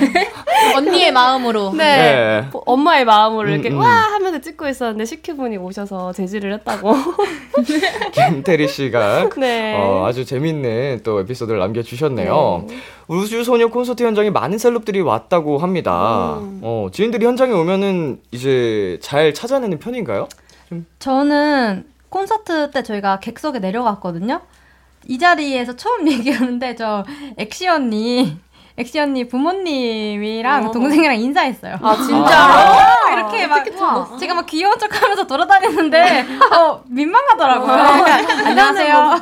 Speaker 8: 언니의 마음으로.
Speaker 10: 네.
Speaker 2: 네.
Speaker 10: 뭐 엄마의 마음으로 이렇게
Speaker 2: 음, 음.
Speaker 10: 와 하면서 찍고 있었는데 CQ 분이 오셔서 제지를 했다고.
Speaker 2: 음,
Speaker 10: [laughs]
Speaker 2: 김태리
Speaker 11: [laughs]
Speaker 2: 씨가
Speaker 10: 네.
Speaker 2: 어, 아주 재밌는 또 에피소드를 남겨주셨네요. 우주소녀 콘서트 현장에 많은 셀럽들이 왔다고 합니다.
Speaker 11: 음.
Speaker 2: 어, 지인들이 현장에 오면은 이제 잘 찾아내는 편인가요?
Speaker 11: 저는 콘서트 때 저희가 객석에 내려갔거든요. 이 자리에서 처음 [laughs] 얘기하는데 저 엑시 언니, 엑시 언니 부모님이랑
Speaker 8: 어.
Speaker 11: 동생이랑 [laughs] 인사했어요.
Speaker 8: 아, 진짜로?
Speaker 11: 어, 이렇게 막 제가 막 귀여운 척하면서 돌아다니는데 어, 민망하더라고요. 약간, 안녕하세요.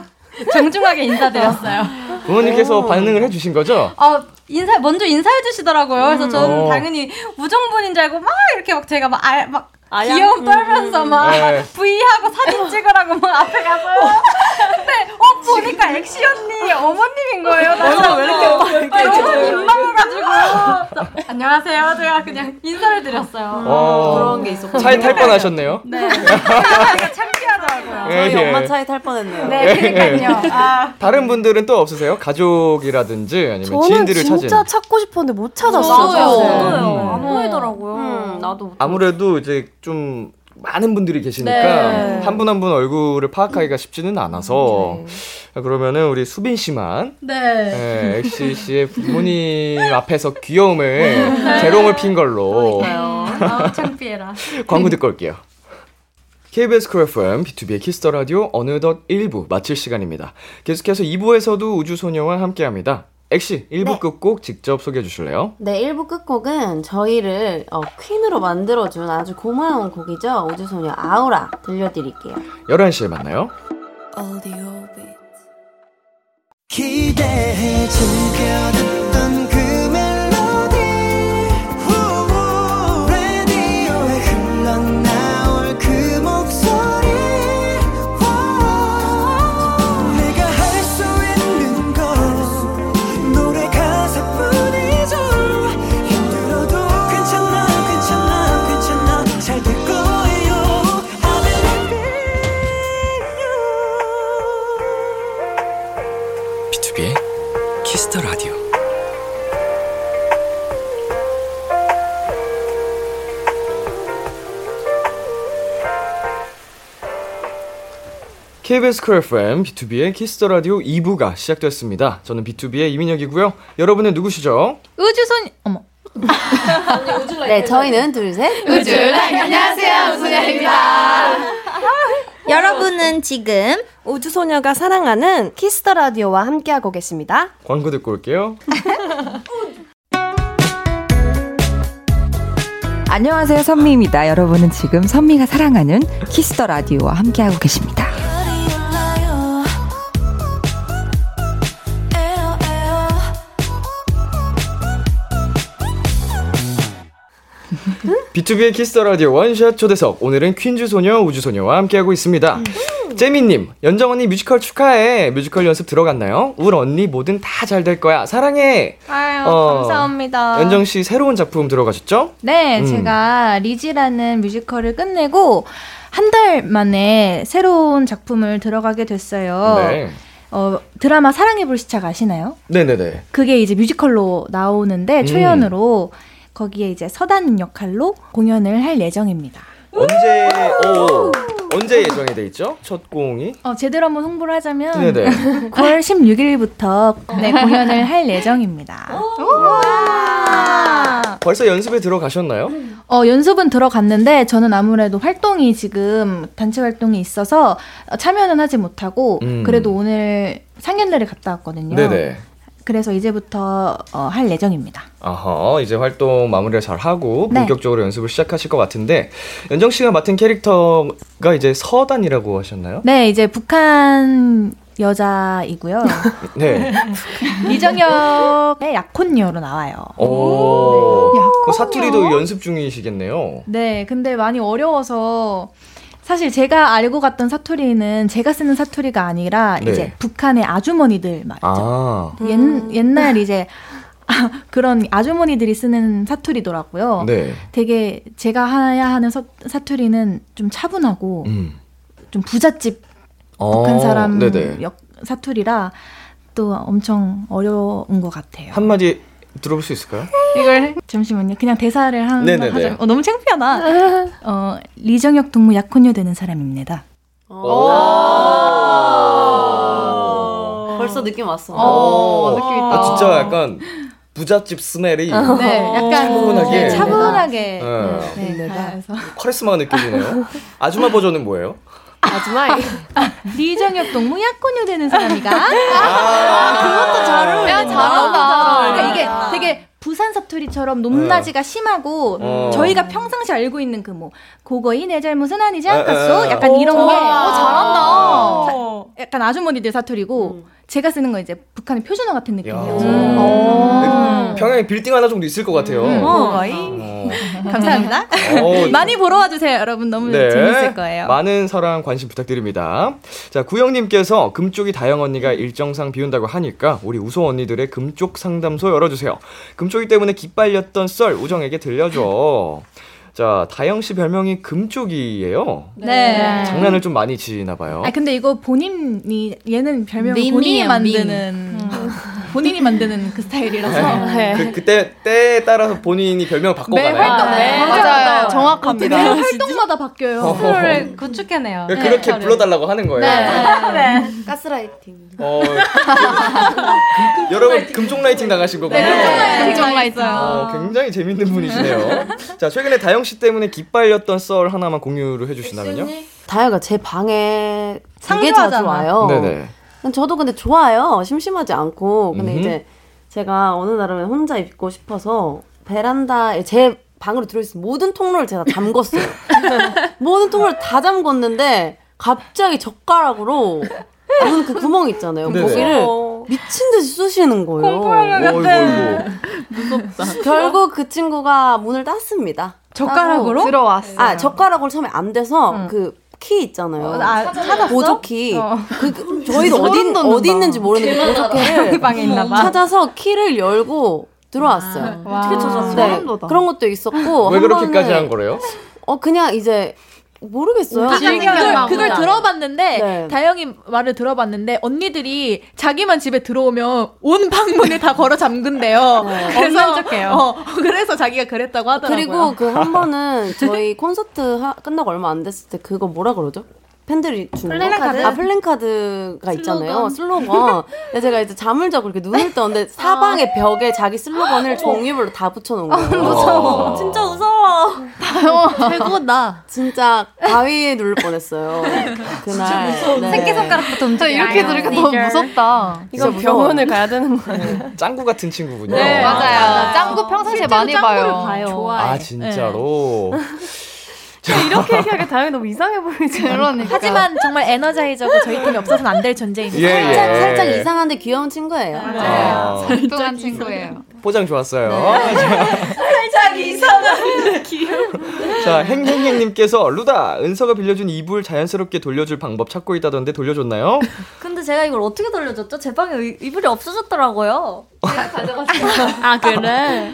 Speaker 11: 정중하게 인사드렸어요. 음.
Speaker 2: 부모님께서 반응을 해주신 거죠?
Speaker 11: 어, 인사 먼저 인사해 주시더라고요. 그래서 저는
Speaker 2: 어.
Speaker 11: 당연히 우정분인 줄 알고 막 이렇게 막 제가 막, 아, 막 귀여움
Speaker 8: 음,
Speaker 11: 떨면서 막
Speaker 2: 네.
Speaker 11: 브이하고 사진 찍으라고 막 앞에 가서 근데 어 보니까 액시 언니 어머님인 거예요. 나
Speaker 8: 얼굴 왜 이렇게
Speaker 11: 너무
Speaker 8: 이렇게
Speaker 11: 너무
Speaker 8: 이렇게
Speaker 11: 민망해가지고 그래서 안녕하세요. 제가 그냥 인사를 드렸어요.
Speaker 2: 어, 차에 탈 뻔하셨네요.
Speaker 11: [laughs] 네. 그러니까 창피하더라고요.
Speaker 6: 아,
Speaker 2: 저희 예, 예. 엄마 차에
Speaker 6: 탈 뻔했네요. 예.
Speaker 11: 네, 그러니까요. 아,
Speaker 2: 다른 분들은 또 없으세요? 가족이라든지 아니면 지인들을 찾은.
Speaker 10: 찾고 싶었는데 못
Speaker 11: 아,
Speaker 10: 음.
Speaker 6: 찾았어요.
Speaker 11: 음.
Speaker 2: 저도요.
Speaker 6: 안 보이더라고요. 나도
Speaker 2: 아무래도 이제 좀 많은 분들이 계시니까
Speaker 6: 네.
Speaker 2: 한 분 한 분 얼굴을 파악하기가 쉽지는 않아서 그러면은 우리 수빈 씨만 네, 엑시 씨의 부모님 앞에서 귀여움을 재롱을 핀 걸로
Speaker 11: 아, 창피해라.
Speaker 2: 광고 듣고 올게요. KBS 쿨 FM, B2B의 키스터 라디오 어느덧 1부 마칠 시간입니다. 계속해서 2부에서도 우주소녀와 함께합니다. 엑시 1부 끝곡 직접 소개해 주실래요?
Speaker 6: 네, 1부 끝곡은 저희를 어, 퀸으로 만들어준 아주 고마운 곡이죠. 우주소녀 아우라 들려드릴게요.
Speaker 2: 11시에 만나요.
Speaker 4: 기대해 즐겨 듣던 그 멜로디 후, 라디오에 흘러나올 그 목소리 와, 어, 내가 할 수 있는 건 노래 가사뿐이죠 힘들어도 괜찮아 괜찮아 괜찮아 잘 될 거예요 I believe
Speaker 1: B2B의 키스터 라디오.
Speaker 2: KBS 쿨 FM, B2B의 키스터 라디오 2부가 시작됐습니다. 저는 B2B의 이민혁이고요. 여러분은 누구시죠?
Speaker 8: 우주선 어머.
Speaker 6: 네, 저희는 둘, 셋.
Speaker 8: 우주라이.
Speaker 12: 네,
Speaker 8: 네,
Speaker 12: 안녕하세요, 우주라이입니다.
Speaker 14: 여러분은 지금 우주소녀가 사랑하는 키스터 라디오와 함께하고 계십니다.
Speaker 2: 광고 듣고 올게요.
Speaker 17: 안녕하세요 선미입니다. 여러분은 지금 선미가 사랑하는 키스터 라디오와 함께하고 계십니다.
Speaker 2: B2B의 키스터 라디오 원샷 초대석. 오늘은 퀸즈 소녀, 우주 소녀와 함께하고 있습니다. 재민님, 연정 언니 뮤지컬 축하해. 뮤지컬 연습 들어갔나요? 울 언니 뭐든 다 잘 될 거야. 사랑해.
Speaker 8: 아유
Speaker 2: 어,
Speaker 8: 감사합니다.
Speaker 2: 연정 씨 새로운 작품 들어가셨죠?
Speaker 8: 네,
Speaker 2: 음.
Speaker 8: 제가 리지라는 뮤지컬을 끝내고 한 달 만에 새로운 작품을 들어가게 됐어요.
Speaker 2: 네.
Speaker 8: 어, 드라마 사랑해 불시착 아시나요?
Speaker 2: 네네네.
Speaker 8: 그게 이제 뮤지컬로 나오는데
Speaker 2: 음.
Speaker 8: 초연으로 거기에 이제 서단 역할로 공연을 할 예정입니다.
Speaker 2: 언제, 오, 언제 예정이 돼 있죠? 첫 공이?
Speaker 8: 어, 제대로 한번 홍보를 하자면
Speaker 2: 네네.
Speaker 8: [laughs] 9월 16일부터 네, 공연을 할 예정입니다. 아.
Speaker 2: 벌써 연습에 들어가셨나요?
Speaker 8: 어, 연습은 들어갔는데 저는 아무래도 활동이 지금 단체 활동이 있어서 참여는 하지 못하고
Speaker 2: 음.
Speaker 8: 그래도 오늘 상견례를 갔다 왔거든요.
Speaker 2: 네네.
Speaker 8: 그래서 이제부터 어, 할 예정입니다.
Speaker 2: 아하, 이제 활동 마무리를 잘 하고
Speaker 8: 네.
Speaker 2: 본격적으로 연습을 시작하실 것 같은데 연정 씨가 맡은 캐릭터가 이제 서단이라고 하셨나요?
Speaker 8: 네, 이제 북한
Speaker 2: [laughs]
Speaker 8: 여자이고요.
Speaker 2: 네.
Speaker 8: 이정혁의 약혼녀로 나와요.
Speaker 2: 오. 그 사투리도 연습 중이시겠네요.
Speaker 8: 네, 근데 많이 어려워서 사실 제가 알고 갔던 사투리는 제가 쓰는 사투리가 아니라
Speaker 2: 네.
Speaker 8: 이제 북한의 아주머니들 말이죠. [laughs]
Speaker 2: 아.
Speaker 8: 옛, 옛날 이제 [laughs] 아, 그런 아주머니들이 쓰는 사투리더라고요.
Speaker 2: 네.
Speaker 8: 되게 제가 해야 하는 서- 사투리는 좀 차분하고
Speaker 2: 음.
Speaker 8: 좀 부잣집
Speaker 2: 어,
Speaker 8: 북한 사람
Speaker 2: 네네.
Speaker 8: 역, 사투리라 또 엄청 어려운 것 같아요.
Speaker 2: 한마디 들어볼 수 있을까요?
Speaker 8: 이걸 잠시만요. 그냥 대사를 한
Speaker 2: 네네네.
Speaker 8: 하자. 어, 너무 창피하다.
Speaker 2: [laughs]
Speaker 8: 어, 리정혁 동무 약혼녀 되는 사람입니다.
Speaker 6: 벌써 느낌 왔어.
Speaker 2: 오. 아, 진짜 약간 부잣집 스멜이
Speaker 8: 네, 약간
Speaker 2: 차분하게.
Speaker 8: 네, 차분하게.
Speaker 2: 네.
Speaker 8: 네, 네, 그래서
Speaker 2: 카리스마가 느껴지네요. 아줌마 버전은 뭐예요?
Speaker 8: 아줌마 리정혁 동무 약혼녀 되는 사람이가
Speaker 2: 그것도 잘 어울린다.
Speaker 8: 야,
Speaker 13: 잘한다.
Speaker 8: 그러니까 이게 되게 부산 사투리처럼 높낮이가
Speaker 2: 네.
Speaker 8: 심하고
Speaker 13: 어.
Speaker 8: 저희가 평상시 알고 있는 그 뭐 고거이 내 잘못은 아니지
Speaker 13: 아, 아,
Speaker 8: 않겠소?
Speaker 13: 아.
Speaker 8: 약간
Speaker 13: 오,
Speaker 8: 이런 게
Speaker 13: 잘- 어, 잘한다.
Speaker 8: 자- 약간 아주머니들 사투리고 제가 쓰는 건 이제 북한의 표준어 같은 느낌이에요. 음.
Speaker 2: 평양에 빌딩 하나 정도 있을 것 같아요.
Speaker 8: 고거이
Speaker 2: 어.
Speaker 8: 음. 감사합니다.
Speaker 2: 어. 네.
Speaker 8: [laughs] 많이 보러 와주세요, 여러분. 너무 재밌을 거예요.
Speaker 2: 많은 사랑 관심 부탁드립니다. 자, 구영님께서 금쪽이 다영 언니가 일정상 비운다고 하니까 우리 우소 언니들의 금쪽 상담소 열어주세요. 금쪽이 때문에 기빨렸던 썰 우정에게 들려줘. 자, 다영 씨 별명이 금쪽이에요.
Speaker 8: 네.
Speaker 2: 장난을 좀 많이 치나 봐요.
Speaker 8: 아 근데 이거 본인이 얘는 별명 을
Speaker 12: 밈이에요, 음.
Speaker 8: 본인이
Speaker 12: 밈.
Speaker 8: 만드는
Speaker 13: 음.
Speaker 8: 본인이 만드는 그 스타일이라서
Speaker 2: 네. 그, 그때 때에 따라서 본인이 별명 바꿔가요.
Speaker 8: 매 활동
Speaker 11: 네,
Speaker 8: 맞아요.
Speaker 11: 맞아요.
Speaker 8: 정확합니다. 매 활동마다 바뀌어요.
Speaker 11: 스스로를 구축해내요. 네,
Speaker 2: 그러니까 그렇게 불러달라고 하는 거예요.
Speaker 8: 네.
Speaker 6: 가스라이팅.
Speaker 2: 어, 금- 여러분 금쪽 라이팅 나가신 거군요.
Speaker 12: 네,
Speaker 8: 정말
Speaker 2: 어, 굉장히 재밌는 분이시네요. 자, 최근에 다영 씨 때문에 깃발렸던 썰 하나만 공유를 해주신다면요?
Speaker 6: 네. 다혜가 제 방에 되게 자주
Speaker 2: 상주하잖아.
Speaker 6: 와요.
Speaker 2: 네네.
Speaker 6: 근데 저도 근데 좋아요. 심심하지 않고. 근데
Speaker 2: 음흠.
Speaker 6: 이제 제가 어느 날은 혼자 입고 싶어서 베란다에 제 방으로 들어있는 모든 통로를 제가 잠궜어요. 모든 통로를 다 잠궜는데 갑자기 젓가락으로 무슨 그 구멍 있잖아요.
Speaker 13: 네네.
Speaker 6: 거기를 미친 듯이 쑤시는 거예요.
Speaker 13: 공포영화 같아. 어이구, 어이구.
Speaker 6: 무섭다.
Speaker 13: 아,
Speaker 6: 결국 그 친구가 문을 땄습니다.
Speaker 13: 젓가락으로?
Speaker 6: 따고
Speaker 13: 들어왔어요.
Speaker 6: 아 젓가락으로 처음에 안 돼서 그 키 있잖아요.
Speaker 13: 어, 아, 찾았어?
Speaker 6: 보조키.
Speaker 13: 어.
Speaker 6: 그,
Speaker 13: [laughs]
Speaker 6: 저희도
Speaker 13: 소름
Speaker 6: 어디,
Speaker 13: 돋는다.
Speaker 6: 어디 있는지 모르는 그
Speaker 13: 길마다
Speaker 6: 보조키를
Speaker 13: [laughs] 그 방에 있나 봐.
Speaker 6: 찾아서 키를 열고 들어왔어요.
Speaker 13: 아, 어떻게 찾았어?
Speaker 6: 네,
Speaker 13: 소름 돋아.
Speaker 6: 그런 것도 있었고.
Speaker 2: 왜
Speaker 6: 어, 한
Speaker 2: 그렇게까지
Speaker 6: 번은
Speaker 2: 한 거래요?
Speaker 6: 어 그냥 이제 모르겠어요.
Speaker 8: 아, 그걸, 그걸 들어봤는데
Speaker 6: 네.
Speaker 8: 다영이 말을 들어봤는데 언니들이 자기만 집에 들어오면 온 방문을 다 걸어 잠근대요. 그래서
Speaker 6: 없는 척해요.
Speaker 8: 어, 그래서 자기가 그랬다고 하더라고요.
Speaker 6: 그리고 그 한 번은 저희 콘서트 하- 끝나고 얼마 안 됐을 때 그거 뭐라 그러죠? 팬들이 주는
Speaker 13: 플랜카드?
Speaker 6: 거? 아 플랜카드가 있잖아요
Speaker 13: 슬로건.
Speaker 6: 슬로건 근데 제가 이제 잠을 자고 이렇게 눈을 떴는데 사방의 벽에 자기 슬로건을 종류별로 다 붙여놓은 거예요 어.
Speaker 13: 무서워.
Speaker 6: 진짜 무서워
Speaker 12: 최고다
Speaker 6: 진짜 바위에 누를 뻔했어요 그날 네.
Speaker 11: 새끼손가락부터 움직여.
Speaker 6: 이렇게 들으니까 너무
Speaker 10: 무섭다.
Speaker 6: 진짜
Speaker 10: 이건
Speaker 6: 무서워.
Speaker 10: 병원을 가야 되는 거예요.
Speaker 2: 짱구 같은 친구군요.
Speaker 10: 네, 맞아요. 짱구 평상시에
Speaker 2: 실제로
Speaker 10: 많이
Speaker 2: 짱구를
Speaker 10: 봐요. 네.
Speaker 2: 봐요. 아 진짜로.
Speaker 10: 이렇게 얘기하니까 다영이 너무 이상해 보이지.
Speaker 6: 그러니까.
Speaker 8: 하지만 정말 에너자이저고 저희 팀이 없어서는 안 될 존재입니다.
Speaker 2: 예, 예.
Speaker 6: 살짝, 살짝 이상한데 귀여운 친구예요 네.
Speaker 2: 아,
Speaker 8: 뚱한 친구예요.
Speaker 2: 포장 좋았어요.
Speaker 13: 살짝 이상한데 귀여워.
Speaker 2: 자, 행행행님께서 루다 은서가 빌려준 이불 자연스럽게 돌려줄 방법 찾고 있다던데 돌려줬나요?
Speaker 13: 근데 제가 이걸 어떻게 돌려줬죠? 제 방에 의- 이불이 없어졌더라고요. 제가 가져갔어요.
Speaker 8: 아 그래?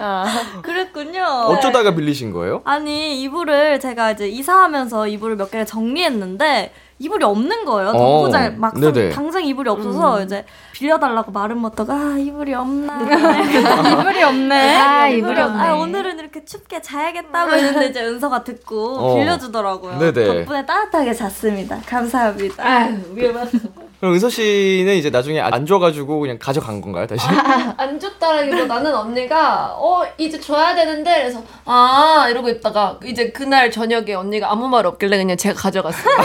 Speaker 13: 그랬군요.
Speaker 2: 어쩌다가 빌리신 거예요?
Speaker 13: 아니 이불을 제가 이제 이사하면서 이불을 몇 개를 정리했는데 이불이 없는 거예요.
Speaker 2: 어,
Speaker 13: 당장 막상
Speaker 2: 네네.
Speaker 13: 당장 이불이 없어서
Speaker 11: 음.
Speaker 13: 이제 빌려달라고 말은 못하고 아 이불이 없나 [laughs] 이불이 없네. 음.
Speaker 11: 아, 이불이 없네.
Speaker 13: 아, 오늘은 이렇게 춥게 자야겠다고 했는데 이제 은서가 듣고
Speaker 2: 어.
Speaker 13: 빌려주더라고요.
Speaker 2: 네네.
Speaker 13: 덕분에 따뜻하게 잤습니다. 감사합니다. 아유 위험하다.
Speaker 2: 그럼 은서 씨는 이제 나중에 안 줘가지고 그냥 가져간 건가요 다시?
Speaker 9: 네. 안 줬다라기보다는 언니가 어 이제 줘야 되는데 그래서 아 이러고 있다가 이제 그날 저녁에 언니가 아무 말 없길래 그냥 제가 가져갔어요.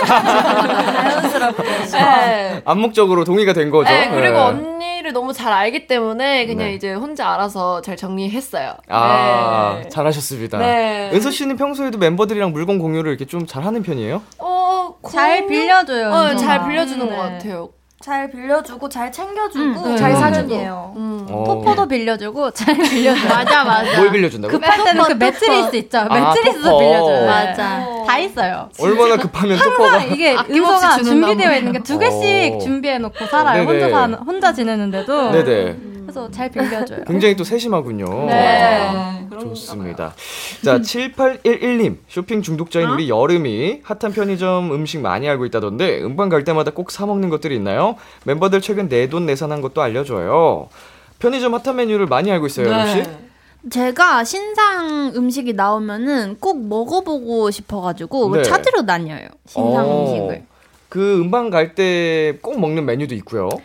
Speaker 9: 자연스럽게.
Speaker 2: 암묵적으로 동의가 된 거죠.
Speaker 9: 네, 그리고
Speaker 2: 예.
Speaker 9: 언니를 너무 잘 알기 때문에 그냥
Speaker 2: 네.
Speaker 9: 이제 혼자 알아서 잘 정리했어요.
Speaker 2: 아
Speaker 9: 네.
Speaker 2: 잘하셨습니다.
Speaker 9: 네.
Speaker 2: 은서 씨는 평소에도 멤버들이랑 물건 공유를 이렇게 좀 잘하는 편이에요?
Speaker 9: 어,
Speaker 13: 잘 빌려줘요,
Speaker 9: 어,
Speaker 13: 은서가.
Speaker 9: 잘 빌려주는
Speaker 13: 음,
Speaker 9: 것
Speaker 13: 네.
Speaker 9: 같아요.
Speaker 13: 잘 빌려주고 잘 챙겨주고
Speaker 9: 음, 네.
Speaker 13: 잘
Speaker 9: 음.
Speaker 13: 사준이에요.
Speaker 9: 음.
Speaker 2: 어.
Speaker 11: 토퍼도 빌려주고 잘 빌려줘.
Speaker 2: 맞아, 맞아. 어, 뭘 빌려준다고?
Speaker 11: 급할 때는 그
Speaker 2: 토퍼,
Speaker 11: 매트리스 있죠.
Speaker 2: 아,
Speaker 11: 매트리스도
Speaker 2: 토퍼.
Speaker 11: 빌려줘요.
Speaker 2: 맞아.
Speaker 11: 다 있어요.
Speaker 2: 얼마나 급하면 토퍼가
Speaker 11: 항상 이게
Speaker 13: 아낌없이
Speaker 11: 은서가
Speaker 13: 주는
Speaker 11: 준비되어
Speaker 13: 나무예요.
Speaker 11: 있는 게 두 개씩
Speaker 2: 오.
Speaker 11: 준비해놓고
Speaker 2: 네네.
Speaker 11: 살아요. 혼자 사는, 혼자 지내는데도.
Speaker 2: 네네.
Speaker 9: 음.
Speaker 11: 그래서 잘 빌려줘요.
Speaker 2: 굉장히 또 세심하군요.
Speaker 11: 네.
Speaker 2: 좋습니다. 자, 7811님. 쇼핑 중독자인 우리 여름이 핫한 편의점 음식 많이 알고 있다던데 음반 갈 때마다 꼭 사먹는 것들이 있나요? 멤버들 최근 내돈 내산한 것도 알려줘요. 편의점 핫한 메뉴를 많이 알고
Speaker 9: 네.
Speaker 2: 있어요, 여름씨?
Speaker 12: 제가 신상 음식이 나오면은 꼭 먹어보고 싶어가지고
Speaker 2: 네.
Speaker 12: 찾으러 다녀요. 신상
Speaker 2: 어,
Speaker 12: 음식을.
Speaker 2: 그 음반 갈 때 꼭 먹는 메뉴도 있고요. [laughs]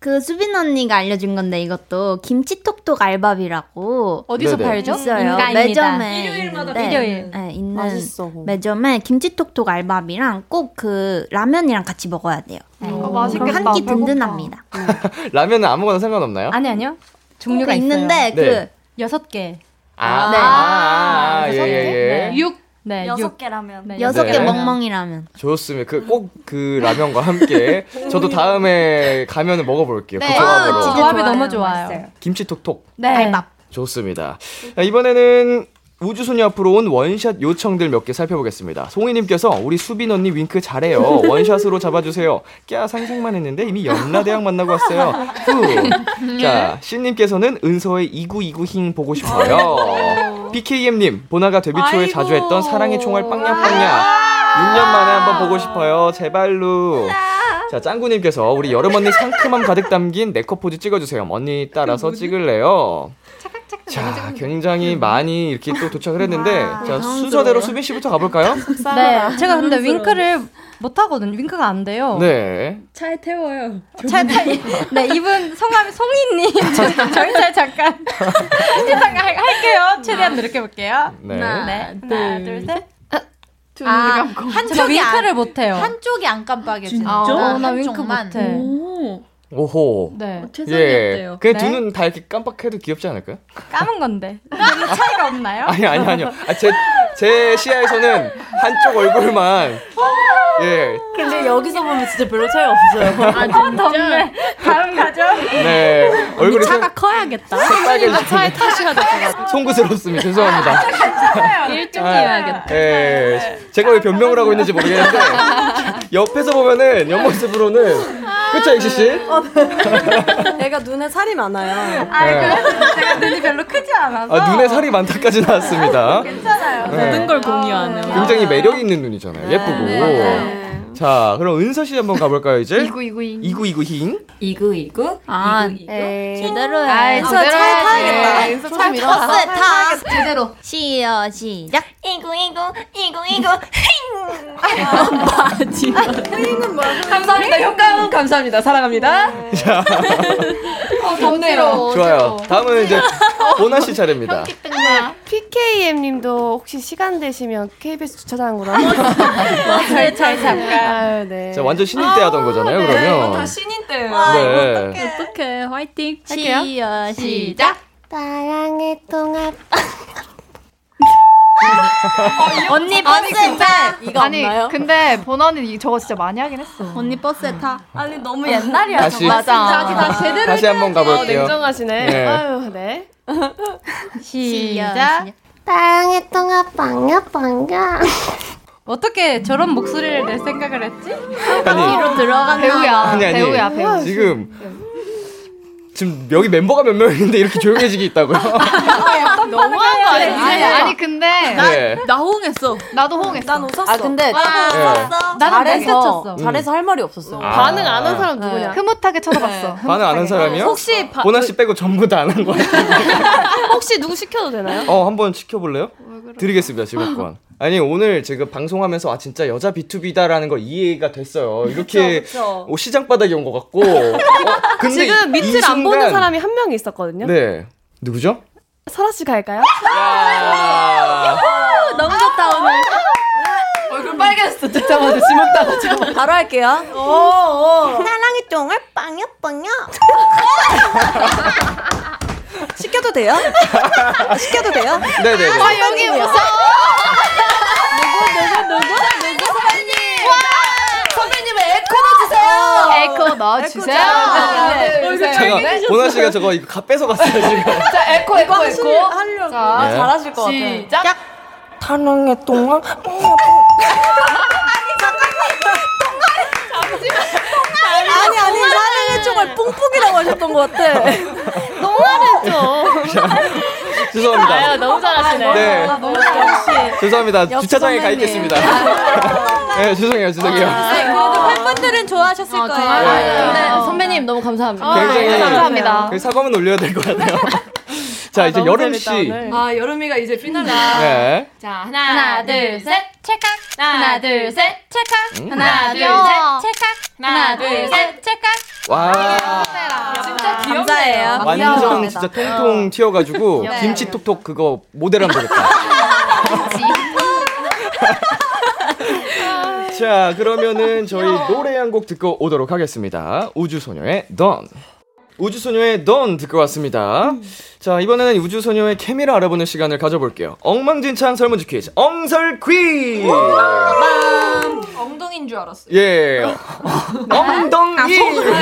Speaker 12: 그 수빈 언니가 알려준 건데 이것도 김치톡톡 알밥이라고
Speaker 2: 어디서 네네. 팔죠?
Speaker 12: 있어요.
Speaker 11: 인가입니다.
Speaker 12: 매점에
Speaker 11: 일요일마다
Speaker 12: 있는데,
Speaker 11: 일요일.
Speaker 12: 네, 있는
Speaker 6: 맛있어.
Speaker 12: 매점에 김치톡톡 알밥이랑 꼭 그 라면이랑 같이 먹어야 돼요.
Speaker 11: 음.
Speaker 12: 네.
Speaker 11: 맛있겠다.
Speaker 12: 한끼
Speaker 11: 배고파.
Speaker 12: 든든합니다.
Speaker 2: 라면은 아무거나 상관없나요?
Speaker 11: 아니, 네. 아니요. 종류가
Speaker 12: 그거
Speaker 2: 네.
Speaker 12: 있는데
Speaker 11: 그 여섯 개.
Speaker 2: 아,
Speaker 11: 네.
Speaker 2: 아, 아, 예,
Speaker 11: 여섯 개?
Speaker 2: 예,
Speaker 11: 네.
Speaker 2: 예.
Speaker 11: 육. 네,
Speaker 13: 여섯
Speaker 11: 육.
Speaker 13: 개 라면.
Speaker 11: 네,
Speaker 12: 여섯
Speaker 2: 네.
Speaker 12: 개 멍멍이라면.
Speaker 2: 좋습니다. 그 꼭 그 라면과 함께 저도 다음에 가면 먹어볼게요. 그
Speaker 11: 아,
Speaker 2: 조합으로.
Speaker 11: 조합이 너무 좋아요.
Speaker 2: 김치톡톡.
Speaker 11: 네. 알밥.
Speaker 2: 좋습니다. 자, 이번에는 우주소녀 앞으로 온 원샷 요청들 몇 개 살펴보겠습니다. 송이님께서 우리 수빈 언니 윙크 잘해요. 원샷으로 잡아주세요. 꺄 상상만 했는데 이미 연라대학 만나고 왔어요.
Speaker 13: 음.
Speaker 12: 네.
Speaker 2: 후. 자, 신님께서는 은서의 2929 힝 보고 싶어요. BKM님, 보나가 데뷔 초에 자주 했던 사랑의 총알 빵야빵야. 6년 만에 한번 보고 싶어요. 제발로. 자, 짱구님께서 우리 여름 언니 상큼함 가득 담긴 네컷 포즈 찍어주세요. 언니 따라서 찍을래요. 자, 굉장히 많이 이렇게 또 도착을 했는데, 자, 순서대로 수빈 씨부터 가볼까요?
Speaker 11: 네. 제가 근데 윙크를 못 하거든요. 윙크가 안 돼요.
Speaker 2: 네.
Speaker 11: 차에 태워요. 차에 태. 네 이분
Speaker 2: [laughs]
Speaker 11: 성함이 송이님. 저- 저희 차에 잠깐 잠깐 할-
Speaker 13: 네.
Speaker 11: 할게요. 최대한 노력해 볼게요.
Speaker 2: 네.
Speaker 8: 네.
Speaker 11: 하나 둘 셋.
Speaker 12: 두
Speaker 11: 아, 한쪽 윙크를 못 해요.
Speaker 8: 한쪽이 안 아, 깜빡여져.
Speaker 11: 어, 나 윙크 못해.
Speaker 8: 네.
Speaker 2: 오호.
Speaker 11: 네.
Speaker 2: 예. 그냥 두 눈 다 이렇게 깜빡해도 귀엽지 않을까요?
Speaker 11: 까만 건데. 별로 차이가 없나요?
Speaker 2: 아니, 아니, 아니요. 아, 제, 제 시야에서는 한쪽 얼굴만, 예.
Speaker 13: 근데 여기서 보면 진짜 별로 차이 없어요. 아
Speaker 11: 덥네. 다음 가죠.
Speaker 2: 네. 얼굴이 생-
Speaker 13: 커야겠다.
Speaker 2: 빨개지네.
Speaker 13: 차에 타셔야 될 것 같아.
Speaker 2: 송구스럽습니다. 죄송합니다. 네. 아,
Speaker 13: 일종이어야겠다.
Speaker 2: 예. 제가 왜 변명을 하고 있는지 모르겠는데 옆에서 보면은 옆모습으로는 그쵸 익시 씨?
Speaker 13: 얘가 눈에 살이 많아요.
Speaker 11: 아, 그래서 제가 눈이 별로 크지 않아서.
Speaker 2: 네. 아, 눈에 살이 많다까지 나왔습니다.
Speaker 11: 괜찮아요.
Speaker 2: 네.
Speaker 13: 모든 걸 공유하는.
Speaker 2: 굉장히 매력 있는 눈이잖아요. 예쁘고. 자, 그럼 은서 씨 한번 가볼까요 이제? 이구
Speaker 13: 이구 잉.
Speaker 2: 이구 이구 힝.
Speaker 13: 이구 이구.
Speaker 12: 아,
Speaker 13: 네.
Speaker 12: 제대로 네, 해.
Speaker 13: 아이,
Speaker 12: 인사
Speaker 13: 제대로
Speaker 12: 차에
Speaker 13: 해야지.
Speaker 12: 타야겠다.
Speaker 13: 인사 차 밀어.
Speaker 12: 버스에
Speaker 13: 차
Speaker 12: 타.
Speaker 13: 타야겠다. 제대로.
Speaker 12: 시어 시작.
Speaker 16: 이구 이구 이구 이구
Speaker 13: 감사합니다.
Speaker 10: 네.
Speaker 13: 효과음 감사합니다. 사랑합니다.
Speaker 2: 자,
Speaker 13: 어, 덥네요.
Speaker 2: 네. 좋아요. 다음은 이제 보나 씨 차례입니다.
Speaker 10: PKM님도 혹시 시간 되시면 KBS 주차장으로 [laughs] 네, 한번
Speaker 11: 잘
Speaker 10: 잠깐. 네.
Speaker 2: 자, 완전 신인 때 하던 거잖아요. 그러면.
Speaker 13: 네. 신인 때예요.
Speaker 7: 아,
Speaker 2: 네.
Speaker 11: 어떡해. 화이팅.
Speaker 12: 시어 시작.
Speaker 16: 사랑의 동안
Speaker 13: 아,
Speaker 12: 언니 버스에 타.
Speaker 13: 이거
Speaker 7: 아니
Speaker 13: 없나요?
Speaker 7: 근데 보나는 저거 진짜 많이 하긴 했어.
Speaker 12: 언니 버스에 타.
Speaker 13: 아니 너무 옛날이야.
Speaker 2: 다시.
Speaker 13: 정말.
Speaker 2: 맞아.
Speaker 13: 진짜 다시 제대로
Speaker 2: 다시 한번
Speaker 10: 아,
Speaker 2: 가볼게요.
Speaker 10: 냉정하시네.
Speaker 2: 네.
Speaker 10: 아유, 네.
Speaker 11: 시작.
Speaker 16: 사랑의 동안 빵야 빵야
Speaker 11: 어떻게 저런 목소리를 낼 생각을 했지?
Speaker 2: 아니,
Speaker 11: 들어간
Speaker 7: 배우야.
Speaker 2: 아니, 아니.
Speaker 7: 배우야, 배우.
Speaker 2: 지금. 지금 여기 멤버가 몇 명인데 이렇게 조용해지기 있다고요?
Speaker 7: 아, 너무한 거 아니야? 아니,
Speaker 13: 아니에요.
Speaker 7: 아니, 근데
Speaker 2: 네.
Speaker 13: 나 홍했어.
Speaker 7: 나도 홍했어.
Speaker 13: 난 웃었어.
Speaker 6: 아 근데
Speaker 7: 나는 못
Speaker 6: 잘해서 음.
Speaker 7: 외쳤어.
Speaker 6: 잘해서 할 말이 없었어요.
Speaker 2: 아. 반응 안한
Speaker 10: [laughs]
Speaker 2: 사람
Speaker 7: 누구냐? 흐뭇하게 쳐다봤어.
Speaker 2: 네. 반응 안 한 사람이요?
Speaker 13: 혹시
Speaker 10: 그
Speaker 13: 바-
Speaker 2: 보나 씨 빼고 전부 다 안 한 거예요?
Speaker 13: 혹시 누구 시켜도 되나요?
Speaker 2: 어, 한번 시켜볼래요? 드리겠습니다, 직업권. 아니, 오늘 제가 방송하면서, 아, 진짜 여자 B2B다라는 걸 이해가 됐어요. 이렇게
Speaker 13: 그쵸, 그쵸.
Speaker 2: 어, 시장바닥에 온 것 같고. 어, 근데
Speaker 10: 지금
Speaker 2: 이- 이
Speaker 10: 밑을 안 보는
Speaker 2: 순간-
Speaker 10: 사람이 한 명 있었거든요.
Speaker 2: 네. 누구죠?
Speaker 10: 설아 씨 갈까요?
Speaker 8: [laughs]
Speaker 2: 아,
Speaker 13: 너무 좋다 오늘. 얼굴 빨개졌어. 듣자마자
Speaker 6: [laughs]
Speaker 13: 지었다고 지금. 바로 할게요. 오, 오.
Speaker 16: 사랑의 동안 빵야
Speaker 13: [laughs]
Speaker 16: 빵야
Speaker 13: 시켜도 돼요? 시켜도 돼요?
Speaker 2: 네네네.
Speaker 13: 아 여기 무서워. 누구 누구 누구 누구 선배님. 선배님의 에코 넣어주세요.
Speaker 7: 에코 넣어주세요.
Speaker 13: 자, 네, 네, 네.
Speaker 2: 자, 씨가
Speaker 9: 빨개지셨어요.
Speaker 2: 보나 씨가 저거 이거 가 뺏어 갔어요 지금.
Speaker 9: 자, 에코, 에코, 에코.
Speaker 4: 하려고.
Speaker 9: 자,
Speaker 12: 아,
Speaker 2: 네.
Speaker 9: 잘하실 것 같아요. 시작.
Speaker 4: 탄광의 동안
Speaker 16: 아니 아니 사랑의 총알 뿡뿡이라고 하셨던 것 같아.
Speaker 4: 너무 잘했죠.
Speaker 2: [laughs] 죄송합니다.
Speaker 4: 아유, 너무 잘하시네.
Speaker 2: 네.
Speaker 4: 아, 너무 잘하시.
Speaker 2: 죄송합니다.
Speaker 4: 역시
Speaker 2: 주차장에 가
Speaker 4: 선배님. 아,
Speaker 2: 있겠습니다. [laughs] 네, 죄송해요, 죄송해요.
Speaker 8: 네, 그래도 팬분들은 좋아하셨을 거예요.
Speaker 9: 네,
Speaker 10: 아.
Speaker 11: 선배님 너무 감사합니다.
Speaker 4: 아,
Speaker 10: 네,
Speaker 2: 굉장히
Speaker 8: 네.
Speaker 2: 그 사과문 올려야 될 것 같아요. [laughs] 자, 이제 여름 씨.
Speaker 9: 아, 여름이가 이제 피날레.
Speaker 2: 네.
Speaker 9: 자, 하나, 둘, 셋. 체크. 하나, 둘, 셋. 체크.
Speaker 2: 음.
Speaker 9: 하나, 둘, 셋.
Speaker 11: 귀여워.
Speaker 9: 체크. 하나, 둘, 셋. 체크.
Speaker 2: 와.
Speaker 11: 아,
Speaker 9: 진짜 귀엽네요.
Speaker 2: 감사해요. 완전 진짜 통통 [laughs] 튀어가지고
Speaker 9: 네.
Speaker 2: 김치 톡톡 그거 모델 하면 되겠다. [laughs] 자, 그러면은 저희 노래 한 곡 듣고 오도록 하겠습니다. 우주소녀의 던. 우주소녀의 던 듣고 왔습니다. 자, 이번에는 우주소녀의 케미를 알아보는 시간을 가져볼게요. 엉망진창 설문지 퀴즈, 엉설 퀴즈!
Speaker 13: 엉덩인 줄 알았어.
Speaker 2: 예. 엉덩이!
Speaker 13: 아, 손으로.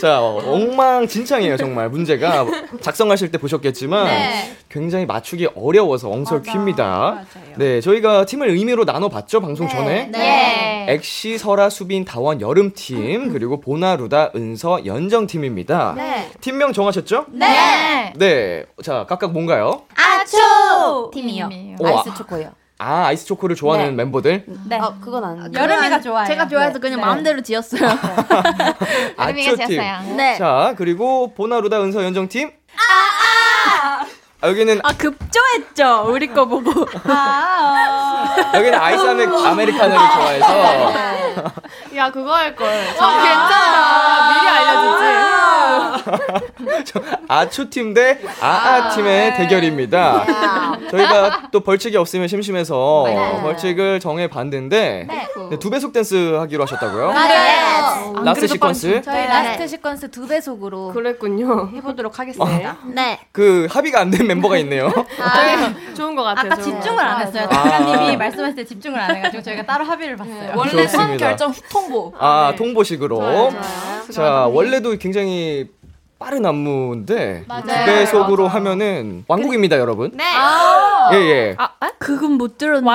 Speaker 2: 자, 어, 엉망진창이에요, 정말. 문제가 작성하실 때 보셨겠지만
Speaker 4: 네.
Speaker 2: 굉장히 맞추기 어려워서 엉설 퀴입니다. 네, 저희가 팀을 의미로 나눠봤죠, 방송 전에.
Speaker 4: 네.
Speaker 16: 예.
Speaker 2: 엑시, 설아, 수빈, 다원, 여름팀, 그리고 보나, 루다, 은서, 연정팀입니다.
Speaker 4: 네.
Speaker 2: 팀명 정하셨죠?
Speaker 4: 네.
Speaker 2: 네. 자, 각각 뭔가요?
Speaker 6: 아초 팀이요.
Speaker 2: 오,
Speaker 6: 아이스
Speaker 2: 아.
Speaker 6: 초코요.
Speaker 2: 아, 아이스 초코를 좋아하는
Speaker 6: 네.
Speaker 2: 멤버들.
Speaker 6: 네. 어, 그건 아니에요.
Speaker 12: 여름이가 좋아해요. 제가 좋아해서 그냥 마음대로 지었어요.
Speaker 2: 아초 팀.
Speaker 12: 네.
Speaker 2: 자, 그리고 보나, 루다, 은서, 연정팀.
Speaker 4: 아!
Speaker 2: 아, 여기는
Speaker 16: 아 급조했죠 우리 거 보고.
Speaker 2: [laughs] 아. 여기는 아이스 아메, 아메리카노를 좋아해서
Speaker 8: 네.
Speaker 14: 야 그거 할 걸.
Speaker 12: 아,
Speaker 4: 괜찮아. 미리
Speaker 8: 아.
Speaker 4: 알려주지.
Speaker 2: 아초 팀 대 아아 팀의 대결입니다. 저희가 또 벌칙이 없으면 심심해서
Speaker 4: 맞아요.
Speaker 2: 벌칙을 정해
Speaker 11: 네.
Speaker 2: 봤는데
Speaker 16: 네.
Speaker 2: 네, 두 배속 댄스 하기로 하셨다고요?
Speaker 8: 네. 맞아요. 네.
Speaker 2: 안 라스트 그래도 시퀀스? 빵 진짜
Speaker 8: 저희
Speaker 2: 네.
Speaker 8: 라스트 시퀀스 두 배속으로
Speaker 14: 그랬군요.
Speaker 8: 해보도록
Speaker 11: 어. [laughs]
Speaker 8: 하겠습니다.
Speaker 12: 네.
Speaker 2: 그 합의가 안 된 멤버가 있네요.
Speaker 14: 아, 좋은 것 같아요.
Speaker 11: 아까 집중을 안 했어요.
Speaker 2: 아.
Speaker 11: 작가님이 말씀하실 때 집중을 안 해가지고 저희가 따로 합의를
Speaker 14: 네.
Speaker 11: 봤어요.
Speaker 2: 원래 좋습니다. 선결정
Speaker 11: 후 통보.
Speaker 2: 아 통보식으로.
Speaker 11: 좋아요,
Speaker 2: 자 원래도 굉장히 빠른 안무인데
Speaker 16: 맞아요.
Speaker 2: 두 배속으로 하면은 왕국입니다, 여러분.
Speaker 16: 네. 아.
Speaker 2: 예, 예.
Speaker 16: 아, 아? 그건 못 들었는데.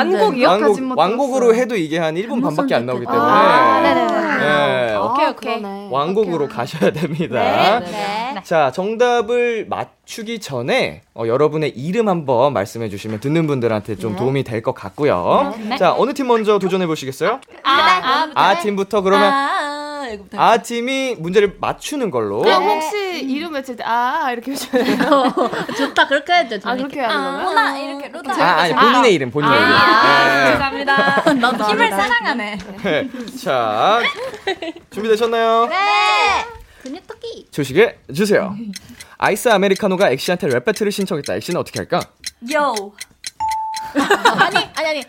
Speaker 2: 왕국, 왕국으로 해도 아, 이게 한 1분 반밖에 안 나오기 때문에
Speaker 10: 아,
Speaker 2: 네. 예.
Speaker 6: 오케이 네, 오케이. 네,
Speaker 2: 왕곡으로 가셔야 됩니다. 자, 정답을 맞추기 전에 어, 여러분의 이름 한번 말씀해 주시면 듣는 분들한테 좀
Speaker 4: 네.
Speaker 2: 도움이 될 것 같고요.
Speaker 4: 네.
Speaker 2: 자, 어느 팀 먼저 도전해 보시겠어요?
Speaker 4: 아, 아,
Speaker 10: 네.
Speaker 2: 아 팀부터 그러면
Speaker 14: 아, 이거 부탁-
Speaker 2: 아 팀이 문제를 맞추는 걸로.
Speaker 10: 네,
Speaker 14: 그럼 혹시
Speaker 10: 음.
Speaker 14: 이름 외칠 때 아 이렇게
Speaker 10: [laughs]
Speaker 14: 해줘요.
Speaker 12: 좋다 그렇게 해야죠.
Speaker 14: 아 그렇게 해야 되나?
Speaker 12: 하나 이렇게 로다.
Speaker 2: 아, 아니 본인의 이름, 본인의 이름. 네.
Speaker 12: 감사합니다. [laughs]
Speaker 11: 나
Speaker 12: 힘을
Speaker 11: 알아.
Speaker 12: 사랑하네.
Speaker 2: 네. 자, 준비되셨나요?
Speaker 12: 네. 근육토끼.
Speaker 2: 조식에 주세요. 아이스 아메리카노가 엑시한테 랩 배틀을 신청했다. 엑시는 어떻게 할까?
Speaker 12: 요. 아니 아니 아니.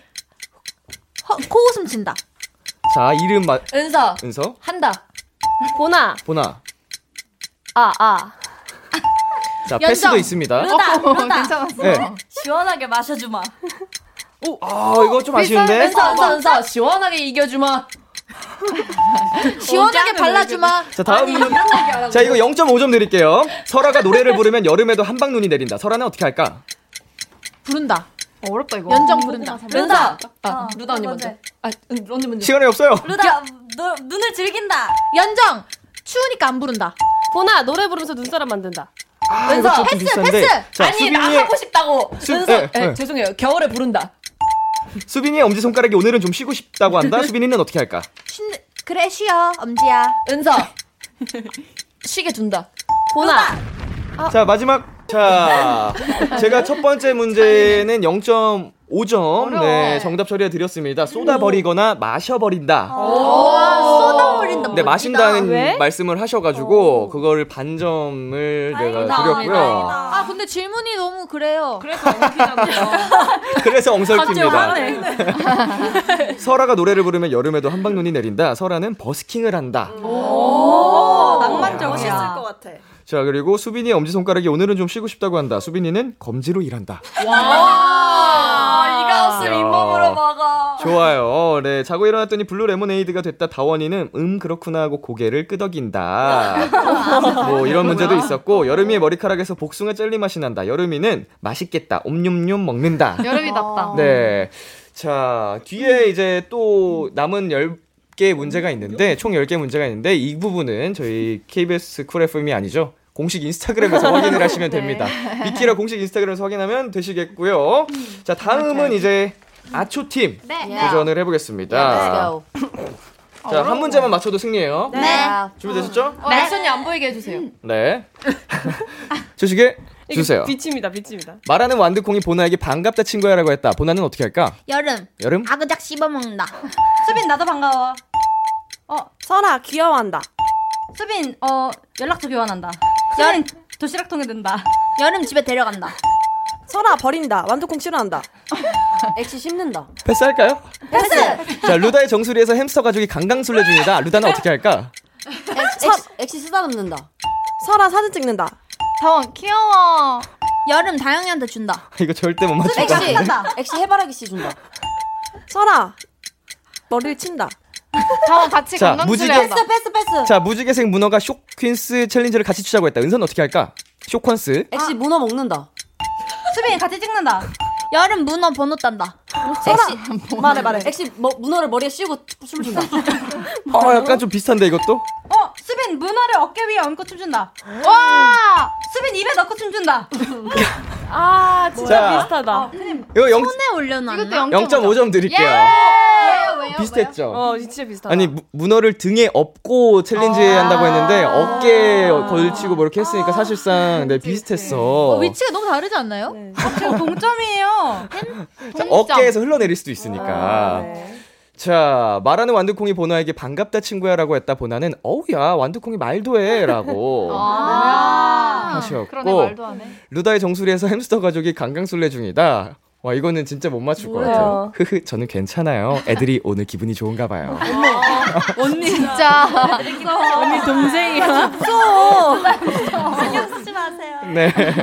Speaker 12: 허, 코웃음 친다.
Speaker 2: 자, 이름 맞
Speaker 12: 은서.
Speaker 2: 은서,
Speaker 12: 한다.
Speaker 14: 보나
Speaker 2: 보나.
Speaker 14: 아 아.
Speaker 2: 자, 패스도 있습니다.
Speaker 14: [laughs]
Speaker 12: 루다 루다. 괜찮았어.
Speaker 2: 네.
Speaker 12: 시원하게 마셔주마.
Speaker 2: 오, 아, 이거 좀
Speaker 10: 어,
Speaker 2: 아쉬운데?
Speaker 9: 은서, 은서, 은서. 시원하게
Speaker 14: [laughs]
Speaker 9: 이겨주마.
Speaker 12: 시원하게 발라주마.
Speaker 2: 자, 다음 분. 자, 이거 0.5점 드릴게요. 설아가 노래를 부르면 여름에도 한방 눈이 내린다. 설아는 어떻게 할까?
Speaker 12: 부른다.
Speaker 14: 어렵다 이거.
Speaker 12: 연정 부른다.
Speaker 9: 은서. 아, 루다 언니 먼저.
Speaker 12: 아, 언니 먼저.
Speaker 2: 시간이 없어요.
Speaker 12: 루다 노, 눈을 즐긴다. 연정 추우니까 안 부른다.
Speaker 14: 보나 노래 부르면서 눈사람 만든다.
Speaker 2: 아, 이거
Speaker 9: 은서,
Speaker 2: 조금 비슷한데. 자,
Speaker 9: 아니, 나
Speaker 2: 수빈이의-
Speaker 9: 하고 싶다고.
Speaker 2: 수-
Speaker 9: 은서,
Speaker 2: 네,
Speaker 9: 에,
Speaker 2: 네.
Speaker 9: 죄송해요. 겨울에 부른다.
Speaker 2: 수빈이의 엄지손가락이 오늘은 좀 쉬고 싶다고 한다. 수빈이는 어떻게 할까?
Speaker 12: 그래 쉬어 엄지야.
Speaker 9: 은서. 쉬게 둔다.
Speaker 14: 보나.
Speaker 12: 아.
Speaker 2: 자, 마지막. 자, 제가 첫 번째 문제는 0.5점. 네, 정답 처리해 드렸습니다. 쏟아버리거나 마셔버린다.
Speaker 7: 아,
Speaker 12: 쏟아버린다.
Speaker 2: 네, 마신다는
Speaker 12: 어, 왜? 어.
Speaker 2: 말씀을 하셔가지고, 그거를 반점을 네, 내가 드렸고요.
Speaker 8: 아 근데 질문이 너무 그래요.
Speaker 2: 그래서
Speaker 8: 갑자기
Speaker 2: 엉설킵니다. 설아가 노래를 부르면 여름에도 한방눈이 내린다. 설아는 버스킹을 한다.
Speaker 4: 오,
Speaker 11: 낭만적이야.
Speaker 4: 멋있을 것 같아.
Speaker 2: 자 그리고 수빈이 엄지손가락이 오늘은 좀 쉬고 싶다고 한다.
Speaker 12: 아,
Speaker 2: 수빈이는 검지로 일한다.
Speaker 4: 와,
Speaker 9: 이가우스
Speaker 2: 야. 잇몸으로
Speaker 9: 막아.
Speaker 2: 좋아요. 네, 자고 일어났더니 블루 레모네이드가 됐다. 다원이는 음 그렇구나 하고 고개를 끄덕인다. [laughs] [laughs] 뭐 이런 문제도 있었고 여름이의 머리카락에서 복숭아 젤리 맛이 난다. 여름이는 맛있겠다. 옴뇸뇸 먹는다.
Speaker 7: 여름이
Speaker 10: 아.
Speaker 7: 낫다.
Speaker 2: 네. 자, 뒤에 이제 또 남은 10개 문제가 있는데, 총 10개 문제가 있는데, 이 부분은 저희 KBS 쿨 FM이 아니죠? 공식 인스타그램에서 확인을 하시면
Speaker 1: 네.
Speaker 2: 됩니다. 미키라 공식 인스타그램에서 확인하면 되시겠고요. 자, 다음은 이제 아초팀
Speaker 1: 네.
Speaker 2: 도전을 해보겠습니다. 자, 한 문제만 맞춰도 승리예요.
Speaker 10: 네.
Speaker 2: 준비되셨죠?
Speaker 14: 어, 액션이 안 보이게 해주세요.
Speaker 2: 네. [laughs] 주시게
Speaker 14: 이게
Speaker 2: 주세요.
Speaker 14: 비칩니다, 비칩니다.
Speaker 2: 말하는 완두콩이 보나에게 반갑다 친구야라고 했다. 보나는 어떻게 할까?
Speaker 12: 여름.
Speaker 2: 여름?
Speaker 12: 아그작 씹어먹는다.
Speaker 11: 수빈 나도 반가워. 어
Speaker 18: 설아 귀여워한다.
Speaker 11: 수빈 어 연락처 교환한다. 수빈 도시락 통에 든다.
Speaker 12: 여름 집에 데려간다.
Speaker 18: 설아 버린다. 완두콩 싫어한다.
Speaker 6: 액시 씹는다.
Speaker 2: 패스할까요? 패스! 자, 루다의 정수리에서 햄스터 가족이 강강술래 중이다. 루다는 어떻게 할까? [laughs]
Speaker 6: 액시, 액시 쓰다 듬는다.
Speaker 18: 설아 사진 찍는다.
Speaker 12: 다원 귀여워. 여름 다영이한테 준다.
Speaker 2: 이거 절대 못 맞출 것
Speaker 6: 액시
Speaker 2: 같은데.
Speaker 6: 액시 해바라기 씨 준다.
Speaker 18: 설아 머리를 친다.
Speaker 6: 다원
Speaker 18: 같이
Speaker 2: 자, 무지개.
Speaker 6: 패스 패스 패스.
Speaker 2: 자, 무지개색 문어가 쇼퀸스 챌린지를 같이 추자고 했다. 은서는 어떻게 할까? 쇼퀀스.
Speaker 6: 액시 문어 먹는다.
Speaker 11: 수빈 같이 찍는다.
Speaker 12: 여름 문어 번호 딴다.
Speaker 6: 액시 말해 말해. 액시 뭐, 문어를 머리에 씌우고 춤을 춘다.
Speaker 2: 어, 약간 좀 비슷한데 이것도?
Speaker 11: 어 수빈 문화를 어깨 위에 얹고 춤춘다. 와 수빈 입에 넣고 춤춘다.
Speaker 14: [laughs]
Speaker 11: 어,
Speaker 14: 아
Speaker 2: 진짜 자.
Speaker 14: 비슷하다.
Speaker 2: 이거 영,
Speaker 12: 올려놨나?
Speaker 14: 이것도
Speaker 2: 0.5점 어. 드릴게요.
Speaker 14: 왜요? 왜요?
Speaker 2: 비슷했죠?
Speaker 14: 예! 어, 진짜 비슷하다. 아.
Speaker 2: 아니 무- 문어를 등에 업고 챌린지 한다고 했는데 어깨에 걸치고 뭐 이렇게 했으니까 사실상 네 비슷했어.
Speaker 8: 위치가 너무 다르지 않나요?
Speaker 11: 네. 어, 지금 동점이에요.
Speaker 7: 음.
Speaker 2: 자, 어깨에서 흘러내릴 수도
Speaker 7: 아,
Speaker 2: 있으니까.
Speaker 7: 네.
Speaker 2: 자 말하는 완두콩이 보나에게 반갑다 친구야라고 했다 보나는 어우야 완두콩이
Speaker 7: [laughs]
Speaker 2: 말도 해라고
Speaker 7: 어.
Speaker 2: 하셨고
Speaker 7: 아. 그러네 말도 안 해.
Speaker 2: 루다의 정수리에서 햄스터 가족이 강강술래 중이다. 와 이거는 진짜 못 맞출 것 같아요.
Speaker 7: 뭐예요?
Speaker 2: 흐흐 저는 괜찮아요. 애들이 오늘 기분이 좋은가 봐요.
Speaker 12: [laughs]
Speaker 18: 언니
Speaker 14: 진짜.
Speaker 18: 언니 동생이야.
Speaker 11: 신경 쓰지 마세요.
Speaker 2: 네. [laughs]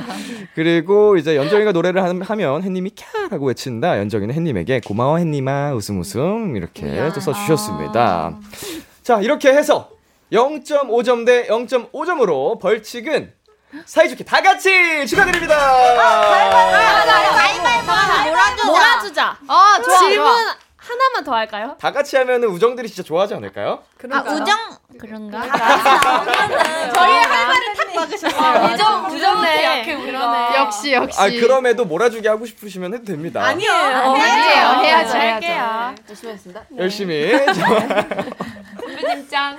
Speaker 2: 그리고 이제 연정이가 노래를 함- 하면 햇님이 캬라고 외친다. 연정이는 햇님에게 고마워 햇님아 웃음 웃음 이렇게 또 써주셨습니다. 자 이렇게 해서 0.5점 대 0.5점으로 벌칙은 사이좋게 다 같이 축하드립니다.
Speaker 14: 아, 몰아주자.
Speaker 18: 몰아주자.
Speaker 14: 아, 좋아.
Speaker 18: 질문
Speaker 14: 좋아. 하나만 더 할까요?
Speaker 2: 다 같이 하면은 우정들이 진짜 좋아하지 않을까요?
Speaker 12: 아 우정 그런가?
Speaker 14: 저희의 할 말을 탁 막으셨어요.
Speaker 12: 아, 우정, 우정부터 약해,
Speaker 14: 우리가. 역시, 역시.
Speaker 2: 아 그럼에도 몰아주기 하고 싶으시면 해도 됩니다.
Speaker 14: 아니에요. 해야죠. 해야죠. 네. 할게요.
Speaker 6: 열심히 했습니다.
Speaker 2: 열심히.
Speaker 14: [laughs] 선배님 짱.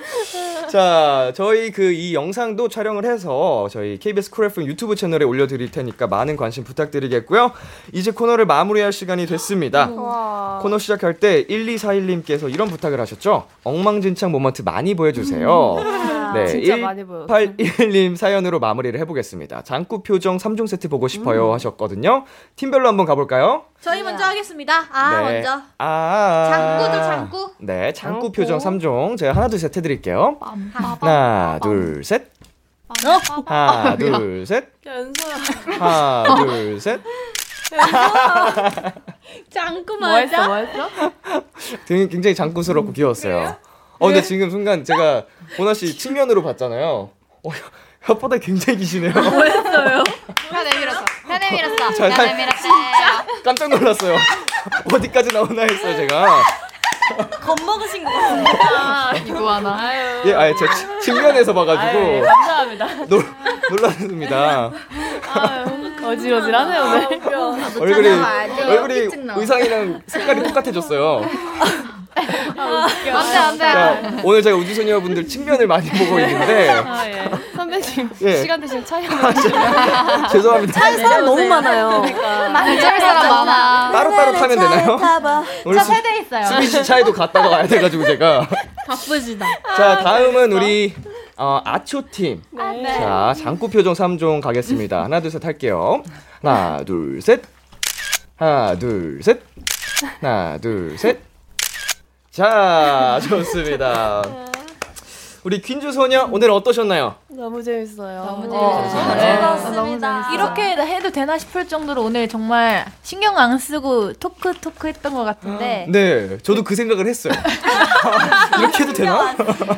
Speaker 2: 자, 저희 그 이 영상도 촬영을 해서 저희 KBS 쿨 FM 유튜브 채널에 올려드릴 테니까 많은 관심 부탁드리겠고요. 이제 코너를 마무리할 시간이 됐습니다. 코너 시작할 때 1241님께서 이런 부탁을 하셨죠? 엉망진창 모먼트 많이 보여주세요. 네,
Speaker 14: 음. 진짜 많이 보여요.
Speaker 2: 81님 사연으로 마무리를 해보겠습니다. 장구 표정 3종 세트 보고
Speaker 14: 음.
Speaker 2: 싶어요 하셨거든요. 팀별로 한번 가볼까요?
Speaker 8: 저희 먼저 하겠습니다. 아
Speaker 2: 네.
Speaker 8: 먼저.
Speaker 2: 아, 아, 아.
Speaker 8: 장구죠, 장구?
Speaker 2: 네, 장구
Speaker 8: 장구.
Speaker 2: 표정 3종. 제가 하나, 둘, 셋 해드릴게요. 하나, 둘, 셋.
Speaker 12: 어?
Speaker 2: 하나, 둘, 셋.
Speaker 18: 연서야.
Speaker 2: 하나, 둘, 셋.
Speaker 18: 장구
Speaker 14: 뭐 했어, 뭐 했어?
Speaker 2: 되게 굉장히 장구스럽고 귀여웠어요. 어, 근데 지금 순간 제가 보나 씨 측면으로 봤잖아요. 어, 혓바닥 굉장히 기시네요.
Speaker 6: [laughs]
Speaker 14: 다 내밀었어. 다 내밀었어.
Speaker 2: 잘
Speaker 14: 다
Speaker 2: 살-
Speaker 14: 내밀었어.
Speaker 2: 깜짝 놀랐어요. [laughs] 어디까지 나오나 했어요, 제가.
Speaker 18: 겁먹으신 것
Speaker 12: 아,
Speaker 18: 같은데.
Speaker 14: 이거 하나.
Speaker 2: 예, 아예 제 측- 측면에서
Speaker 14: 아유,
Speaker 2: 봐가지고
Speaker 14: 감사합니다.
Speaker 2: 놀, 놀랐습니다.
Speaker 14: 어지러지하네요 오늘.
Speaker 2: 얼굴이 얼굴이 의상이랑 색깔이
Speaker 14: [laughs]
Speaker 2: 똑같아졌어요.
Speaker 12: 아,
Speaker 14: 안돼 안돼.
Speaker 2: 자, 그러니까 오늘 제가 우주소녀분들 측면을 많이 보고
Speaker 14: [laughs]
Speaker 2: 있는데
Speaker 14: 아, 예. 선배님
Speaker 2: 예.
Speaker 14: 시간 되시면 차이
Speaker 2: 죄송합니다.
Speaker 14: 차에 사람 너무 많아요. 그러니까. 많이 짤 사람 많아.
Speaker 2: 따로따로 네, 타면 되나요? [laughs] 오늘 수-
Speaker 14: 세대 있어요.
Speaker 2: 수빈 씨 차에도 갔다가 와야
Speaker 14: [laughs]
Speaker 2: 돼가지고 제가
Speaker 14: 바쁘시다.
Speaker 2: 자 다음은 우리 어, 아초 팀.
Speaker 14: 아, 네.
Speaker 2: 자 장구 표정 3종 가겠습니다. 하나 둘 셋 할게요. 하나 둘 셋. 하나 둘 셋.
Speaker 14: [laughs]
Speaker 2: 하나 둘 셋. 자 좋습니다. 우리 퀸즈 소녀 오늘 어떠셨나요?
Speaker 10: 너무 재밌어요.
Speaker 13: 너무
Speaker 14: 네.
Speaker 2: 재밌었어요.
Speaker 8: 맞습니다. 이렇게 해도 되나 싶을 정도로 오늘 정말 신경 안 쓰고 토크 토크 했던 것
Speaker 9: 어.
Speaker 8: 같은데
Speaker 2: 네, 저도 그 생각을
Speaker 8: [laughs]
Speaker 2: 했어요. 이렇게 해도 되나?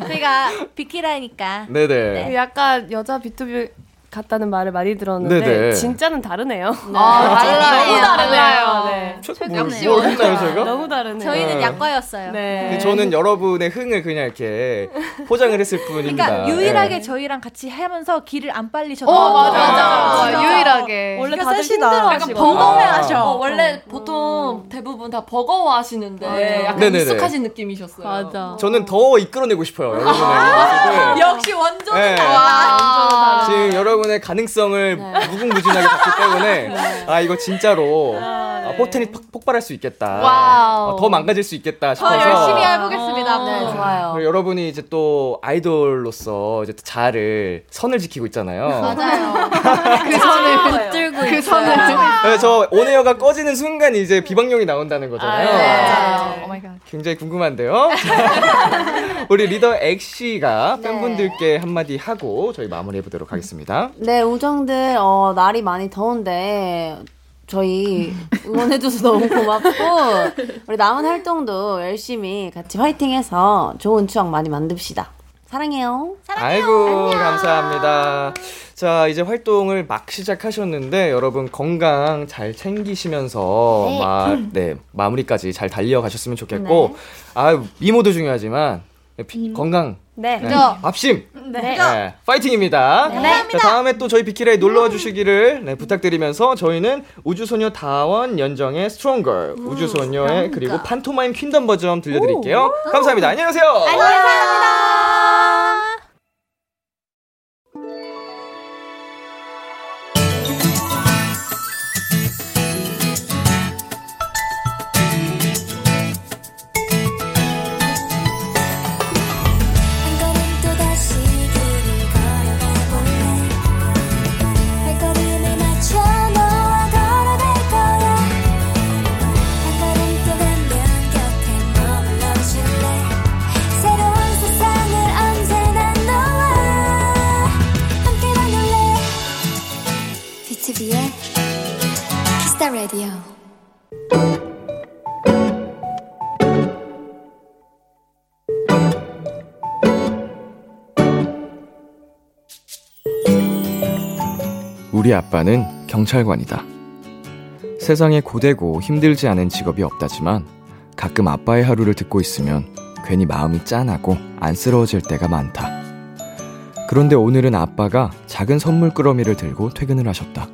Speaker 8: 저희가 비키라니까
Speaker 2: 네네.
Speaker 10: 그 약간 여자 비투비 같다는 말을 많이 들었는데
Speaker 2: 네네.
Speaker 10: 진짜는 다르네요.
Speaker 8: 아, 달라요.
Speaker 10: 너무
Speaker 8: 달라요.
Speaker 10: 달라요. 네.
Speaker 2: 뭐, 뭐 했나요, 저희가?
Speaker 10: 너무 다르네요.
Speaker 8: 저희는
Speaker 2: 네.
Speaker 8: 약과였어요.
Speaker 2: 근데 네, 저는 여러분의 흥을 그냥 이렇게 포장을 했을 뿐입니다.
Speaker 8: 그러니까 유일하게
Speaker 2: 네.
Speaker 8: 저희랑 같이 하면서 길을 안 빨리셨던
Speaker 9: 어, 맞아,
Speaker 8: 거.
Speaker 9: 맞아.
Speaker 8: 진짜.
Speaker 9: 유일하게.
Speaker 8: 원래
Speaker 9: 그러니까
Speaker 8: 다들
Speaker 9: 셋이
Speaker 8: 힘들어
Speaker 9: 약간
Speaker 8: 하시거든요.
Speaker 9: 번거로워
Speaker 8: 아.
Speaker 9: 하셔.
Speaker 8: 어,
Speaker 9: 뭐 원래 보통 대부분 다 버거워
Speaker 10: 아,
Speaker 9: 하시는데 약간
Speaker 2: 네네네.
Speaker 9: 익숙하신 느낌이셨어요. 맞아.
Speaker 2: 저는 더 이끌어내고 싶어요.
Speaker 9: [laughs]
Speaker 8: 아,
Speaker 2: 여러분의 모습을.
Speaker 9: 역시 원조는
Speaker 2: 네.
Speaker 9: 달라.
Speaker 2: 지금 여러분의 가능성을
Speaker 8: 네.
Speaker 2: 무궁무진하게 봤기 때문에 아 이거 진짜로 아, 포텐이 폭- 폭발할 수 있겠다.
Speaker 8: 네. 와우.
Speaker 2: 아, 더 망가질 수 있겠다
Speaker 8: 더
Speaker 2: 싶어서
Speaker 8: 열심히 해보겠습니다. 네, 좋아요.
Speaker 2: 그리고 여러분이 이제 또 아이돌로서 이제 또 자아를 선을 지키고 있잖아요.
Speaker 8: 맞아요.
Speaker 9: 그 선을 붙들고
Speaker 8: 그
Speaker 9: 있어요.
Speaker 8: 선을.
Speaker 2: 네, 저 온에어가 꺼지는 순간 이제 비방용이 나온다는
Speaker 12: 네,
Speaker 2: 거잖아요.
Speaker 12: 어
Speaker 2: 굉장히
Speaker 6: [laughs]
Speaker 2: 궁금한데요. 우리 리더
Speaker 6: 네.
Speaker 2: 엑시가 팬분들께 한마디 하고 저희 마무리해 보도록 하겠습니다.
Speaker 6: 네, 우정들, 어, 날이 많이 더운데, 저희 응원해줘서 너무 고맙고, 우리 남은 활동도 열심히 같이 화이팅해서 좋은 추억 많이 만듭시다. 사랑해요.
Speaker 2: 아이고 감사합니다. 자 이제 활동을 막 시작하셨는데 여러분 건강 잘 챙기시면서
Speaker 6: 네.
Speaker 2: 마, 네 마무리까지 잘 달려가셨으면 좋겠고 아 미모도 중요하지만 피-
Speaker 6: 음.
Speaker 2: 건강
Speaker 10: 네.
Speaker 2: 밥심
Speaker 10: 네.
Speaker 2: 네, 파이팅입니다. 자, 다음에 또 저희 비키라에 놀러 와 주시기를 네, 부탁드리면서 저희는 우주소녀 다원 연정의 스트롱걸, 우주소녀의 음. 그리고 판토마임 퀸덤 버전 들려드릴게요. 감사합니다. 안녕하세요.
Speaker 4: 한 걸음 또다시 길을 걸어가볼래 발걸음에 맞춰 너와 걸어갈 거야 한 걸음 또 가면 곁에 머물러줄래 새로운 세상을 언제나 너와 함께 만날래 비투비의 키스타 라디오
Speaker 2: 우리 아빠는 경찰관이다. 세상에 고되고 힘들지 않은 직업이 없다지만 가끔 아빠의 하루를 듣고 있으면 괜히 마음이 짠하고 안쓰러워질 때가 많다. 그런데 오늘은 아빠가 작은 선물 꾸러미를 들고 퇴근을 하셨다.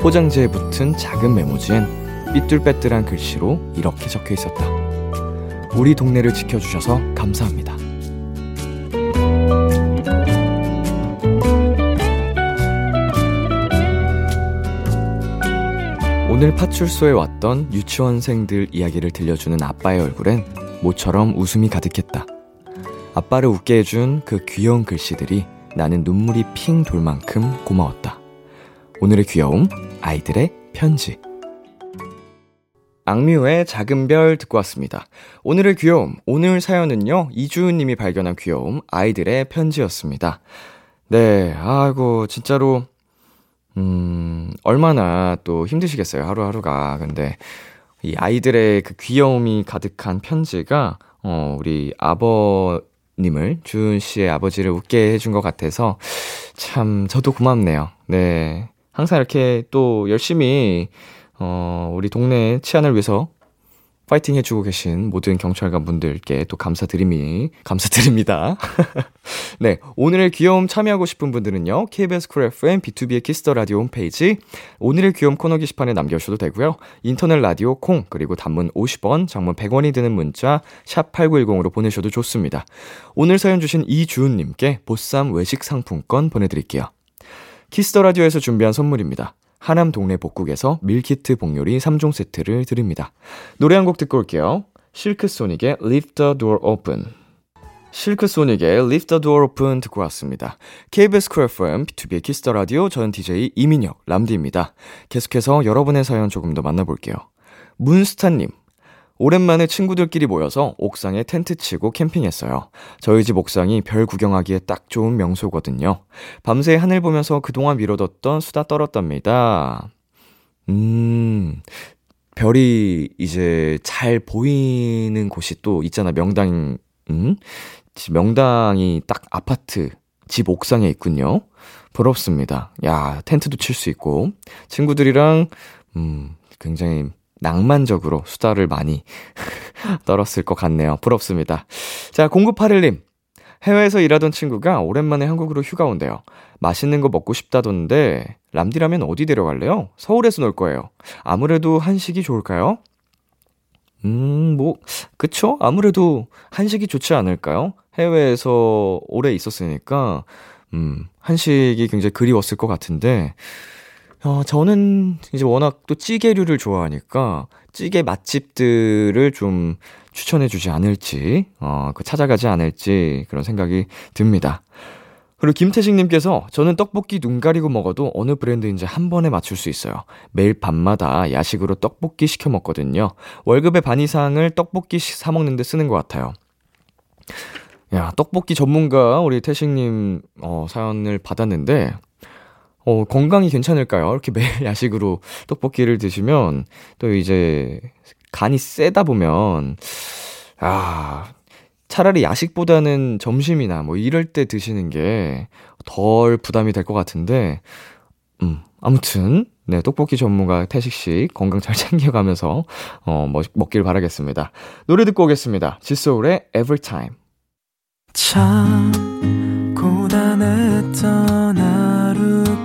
Speaker 2: 포장지에 붙은 작은 메모지엔 삐뚤빼뚤한 글씨로 이렇게 적혀 있었다. 우리 동네를 지켜주셔서 감사합니다. 오늘 파출소에 왔던 유치원생들 이야기를 들려주는 아빠의 얼굴엔 모처럼 웃음이 가득했다. 아빠를 웃게 해준 그 귀여운 글씨들이 나는 눈물이 핑 돌 만큼 고마웠다. 오늘의 귀여움, 아이들의 편지. 악뮤의 작은 별 듣고 왔습니다. 오늘의 귀여움, 오늘 사연은요, 이주은님이 발견한 귀여움, 아이들의 편지였습니다. 네, 아이고, 진짜로 음, 얼마나 또 힘드시겠어요, 하루하루가. 근데 이 아이들의 그 귀여움이 가득한 편지가, 어, 우리 아버님을, 주은 씨의 아버지를 웃게 해준 것 같아서 참 저도 고맙네요. 네. 항상 이렇게 또 열심히, 어, 우리 동네 치안을 위해서 파이팅 해주고 계신 모든 경찰관 분들께 또 감사드림이, 감사드립니다. [laughs] 네. 오늘의 귀여움 참여하고 싶은 분들은요, KBS 쿨 FM B2B의 키스터 라디오 홈페이지, 오늘의 귀여움 코너 게시판에 남겨주셔도 되고요, 인터넷 라디오 콩, 그리고 단문 50원, 장문 100원이 드는 문자, 샵8910으로 보내셔도 좋습니다. 오늘 사연 주신 이주은님께 보쌈 외식 상품권 보내드릴게요. 키스터 라디오에서 준비한 선물입니다. 하남 동네 복국에서 밀키트 복요리 3종 세트를 드립니다. 노래 한 곡 듣고 올게요. 실크 소닉의 Leave the Door Open. 실크 소닉의 Leave the Door Open 듣고 왔습니다. KBS 쿨 FM, B2B 키스터 라디오, 저는 DJ 이민혁, 람디입니다. 계속해서 여러분의 사연 조금 더 만나볼게요. 문스타님, 오랜만에 친구들끼리 모여서 옥상에 텐트 치고 캠핑했어요. 저희 집 옥상이 별 구경하기에 딱 좋은 명소거든요. 밤새 하늘 보면서 그동안 미뤄뒀던 수다 떨었답니다. 음, 별이 이제 잘 보이는 곳이 또 있잖아. 명당, 음? 지- 명당이 딱 아파트, 집 옥상에 있군요. 부럽습니다. 야, 텐트도 칠 수 있고, 친구들이랑, 음, 굉장히 낭만적으로 수다를 많이 [laughs] 떨었을 것 같네요. 부럽습니다. 자, 0981님. 해외에서 일하던 친구가 오랜만에 한국으로 휴가 온대요. 맛있는 거 먹고 싶다던데, 람디라면 어디 데려갈래요? 서울에서 놀 거예요. 아무래도 한식이 좋을까요? 음, 뭐, 그쵸? 아무래도 한식이 좋지 않을까요? 해외에서 오래 있었으니까, 음, 한식이 굉장히 그리웠을 것 같은데, 어, 저는 이제 워낙 또 찌개류를 좋아하니까, 찌개 맛집들을 좀 추천해주지 않을지, 어, 그 찾아가지 않을지, 그런 생각이 듭니다. 그리고 김태식님께서 저는 떡볶이 눈 가리고 먹어도 어느 브랜드인지 한 번에 맞출 수 있어요. 매일 밤마다 야식으로 떡볶이 시켜 먹거든요. 월급의 반 이상을 떡볶이 시- 사 먹는데 쓰는 것 같아요. 야 떡볶이 전문가 우리 태식님 어, 사연을 받았는데 어, 건강이 괜찮을까요? 이렇게 매일 [laughs] 야식으로 떡볶이를 드시면 또 이제 간이 세다 보면 아 차라리 야식보다는 점심이나 뭐 이럴 때 드시는 게 덜 부담이 될 것 같은데, 음, 아무튼, 네, 떡볶이 전문가 태식 씨 건강 잘 [laughs] 챙겨가면서, 어, 먹, 먹길 바라겠습니다. 노래 듣고 오겠습니다. 지소울의 Everytime.
Speaker 4: 참 고단했던 하루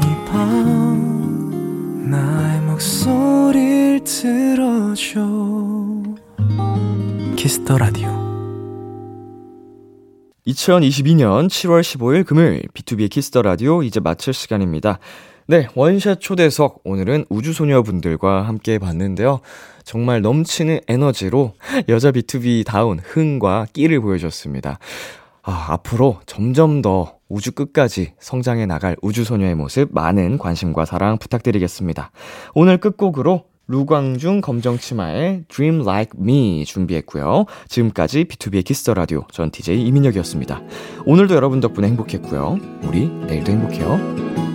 Speaker 4: 이 밤 나의 목소리를 들어줘 키스터 라디오
Speaker 2: 2022년 7월 15일 금요일 B2B의 키스터 라디오 이제 마칠 시간입니다. 네, 원샷 초대석 오늘은 우주소녀분들과 함께 봤는데요. 정말 넘치는 에너지로 여자 B2B다운 흥과 끼를 보여줬습니다. 아, 앞으로 점점 더 우주 끝까지 성장해 나갈 우주소녀의 모습 많은 관심과 사랑 부탁드리겠습니다. 오늘 끝곡으로 루광중 검정치마의 Dream Like Me 준비했고요. 지금까지 B2B의 키스터 라디오 전 DJ 이민혁이었습니다. 오늘도 여러분 덕분에 행복했고요. 우리 내일도 행복해요.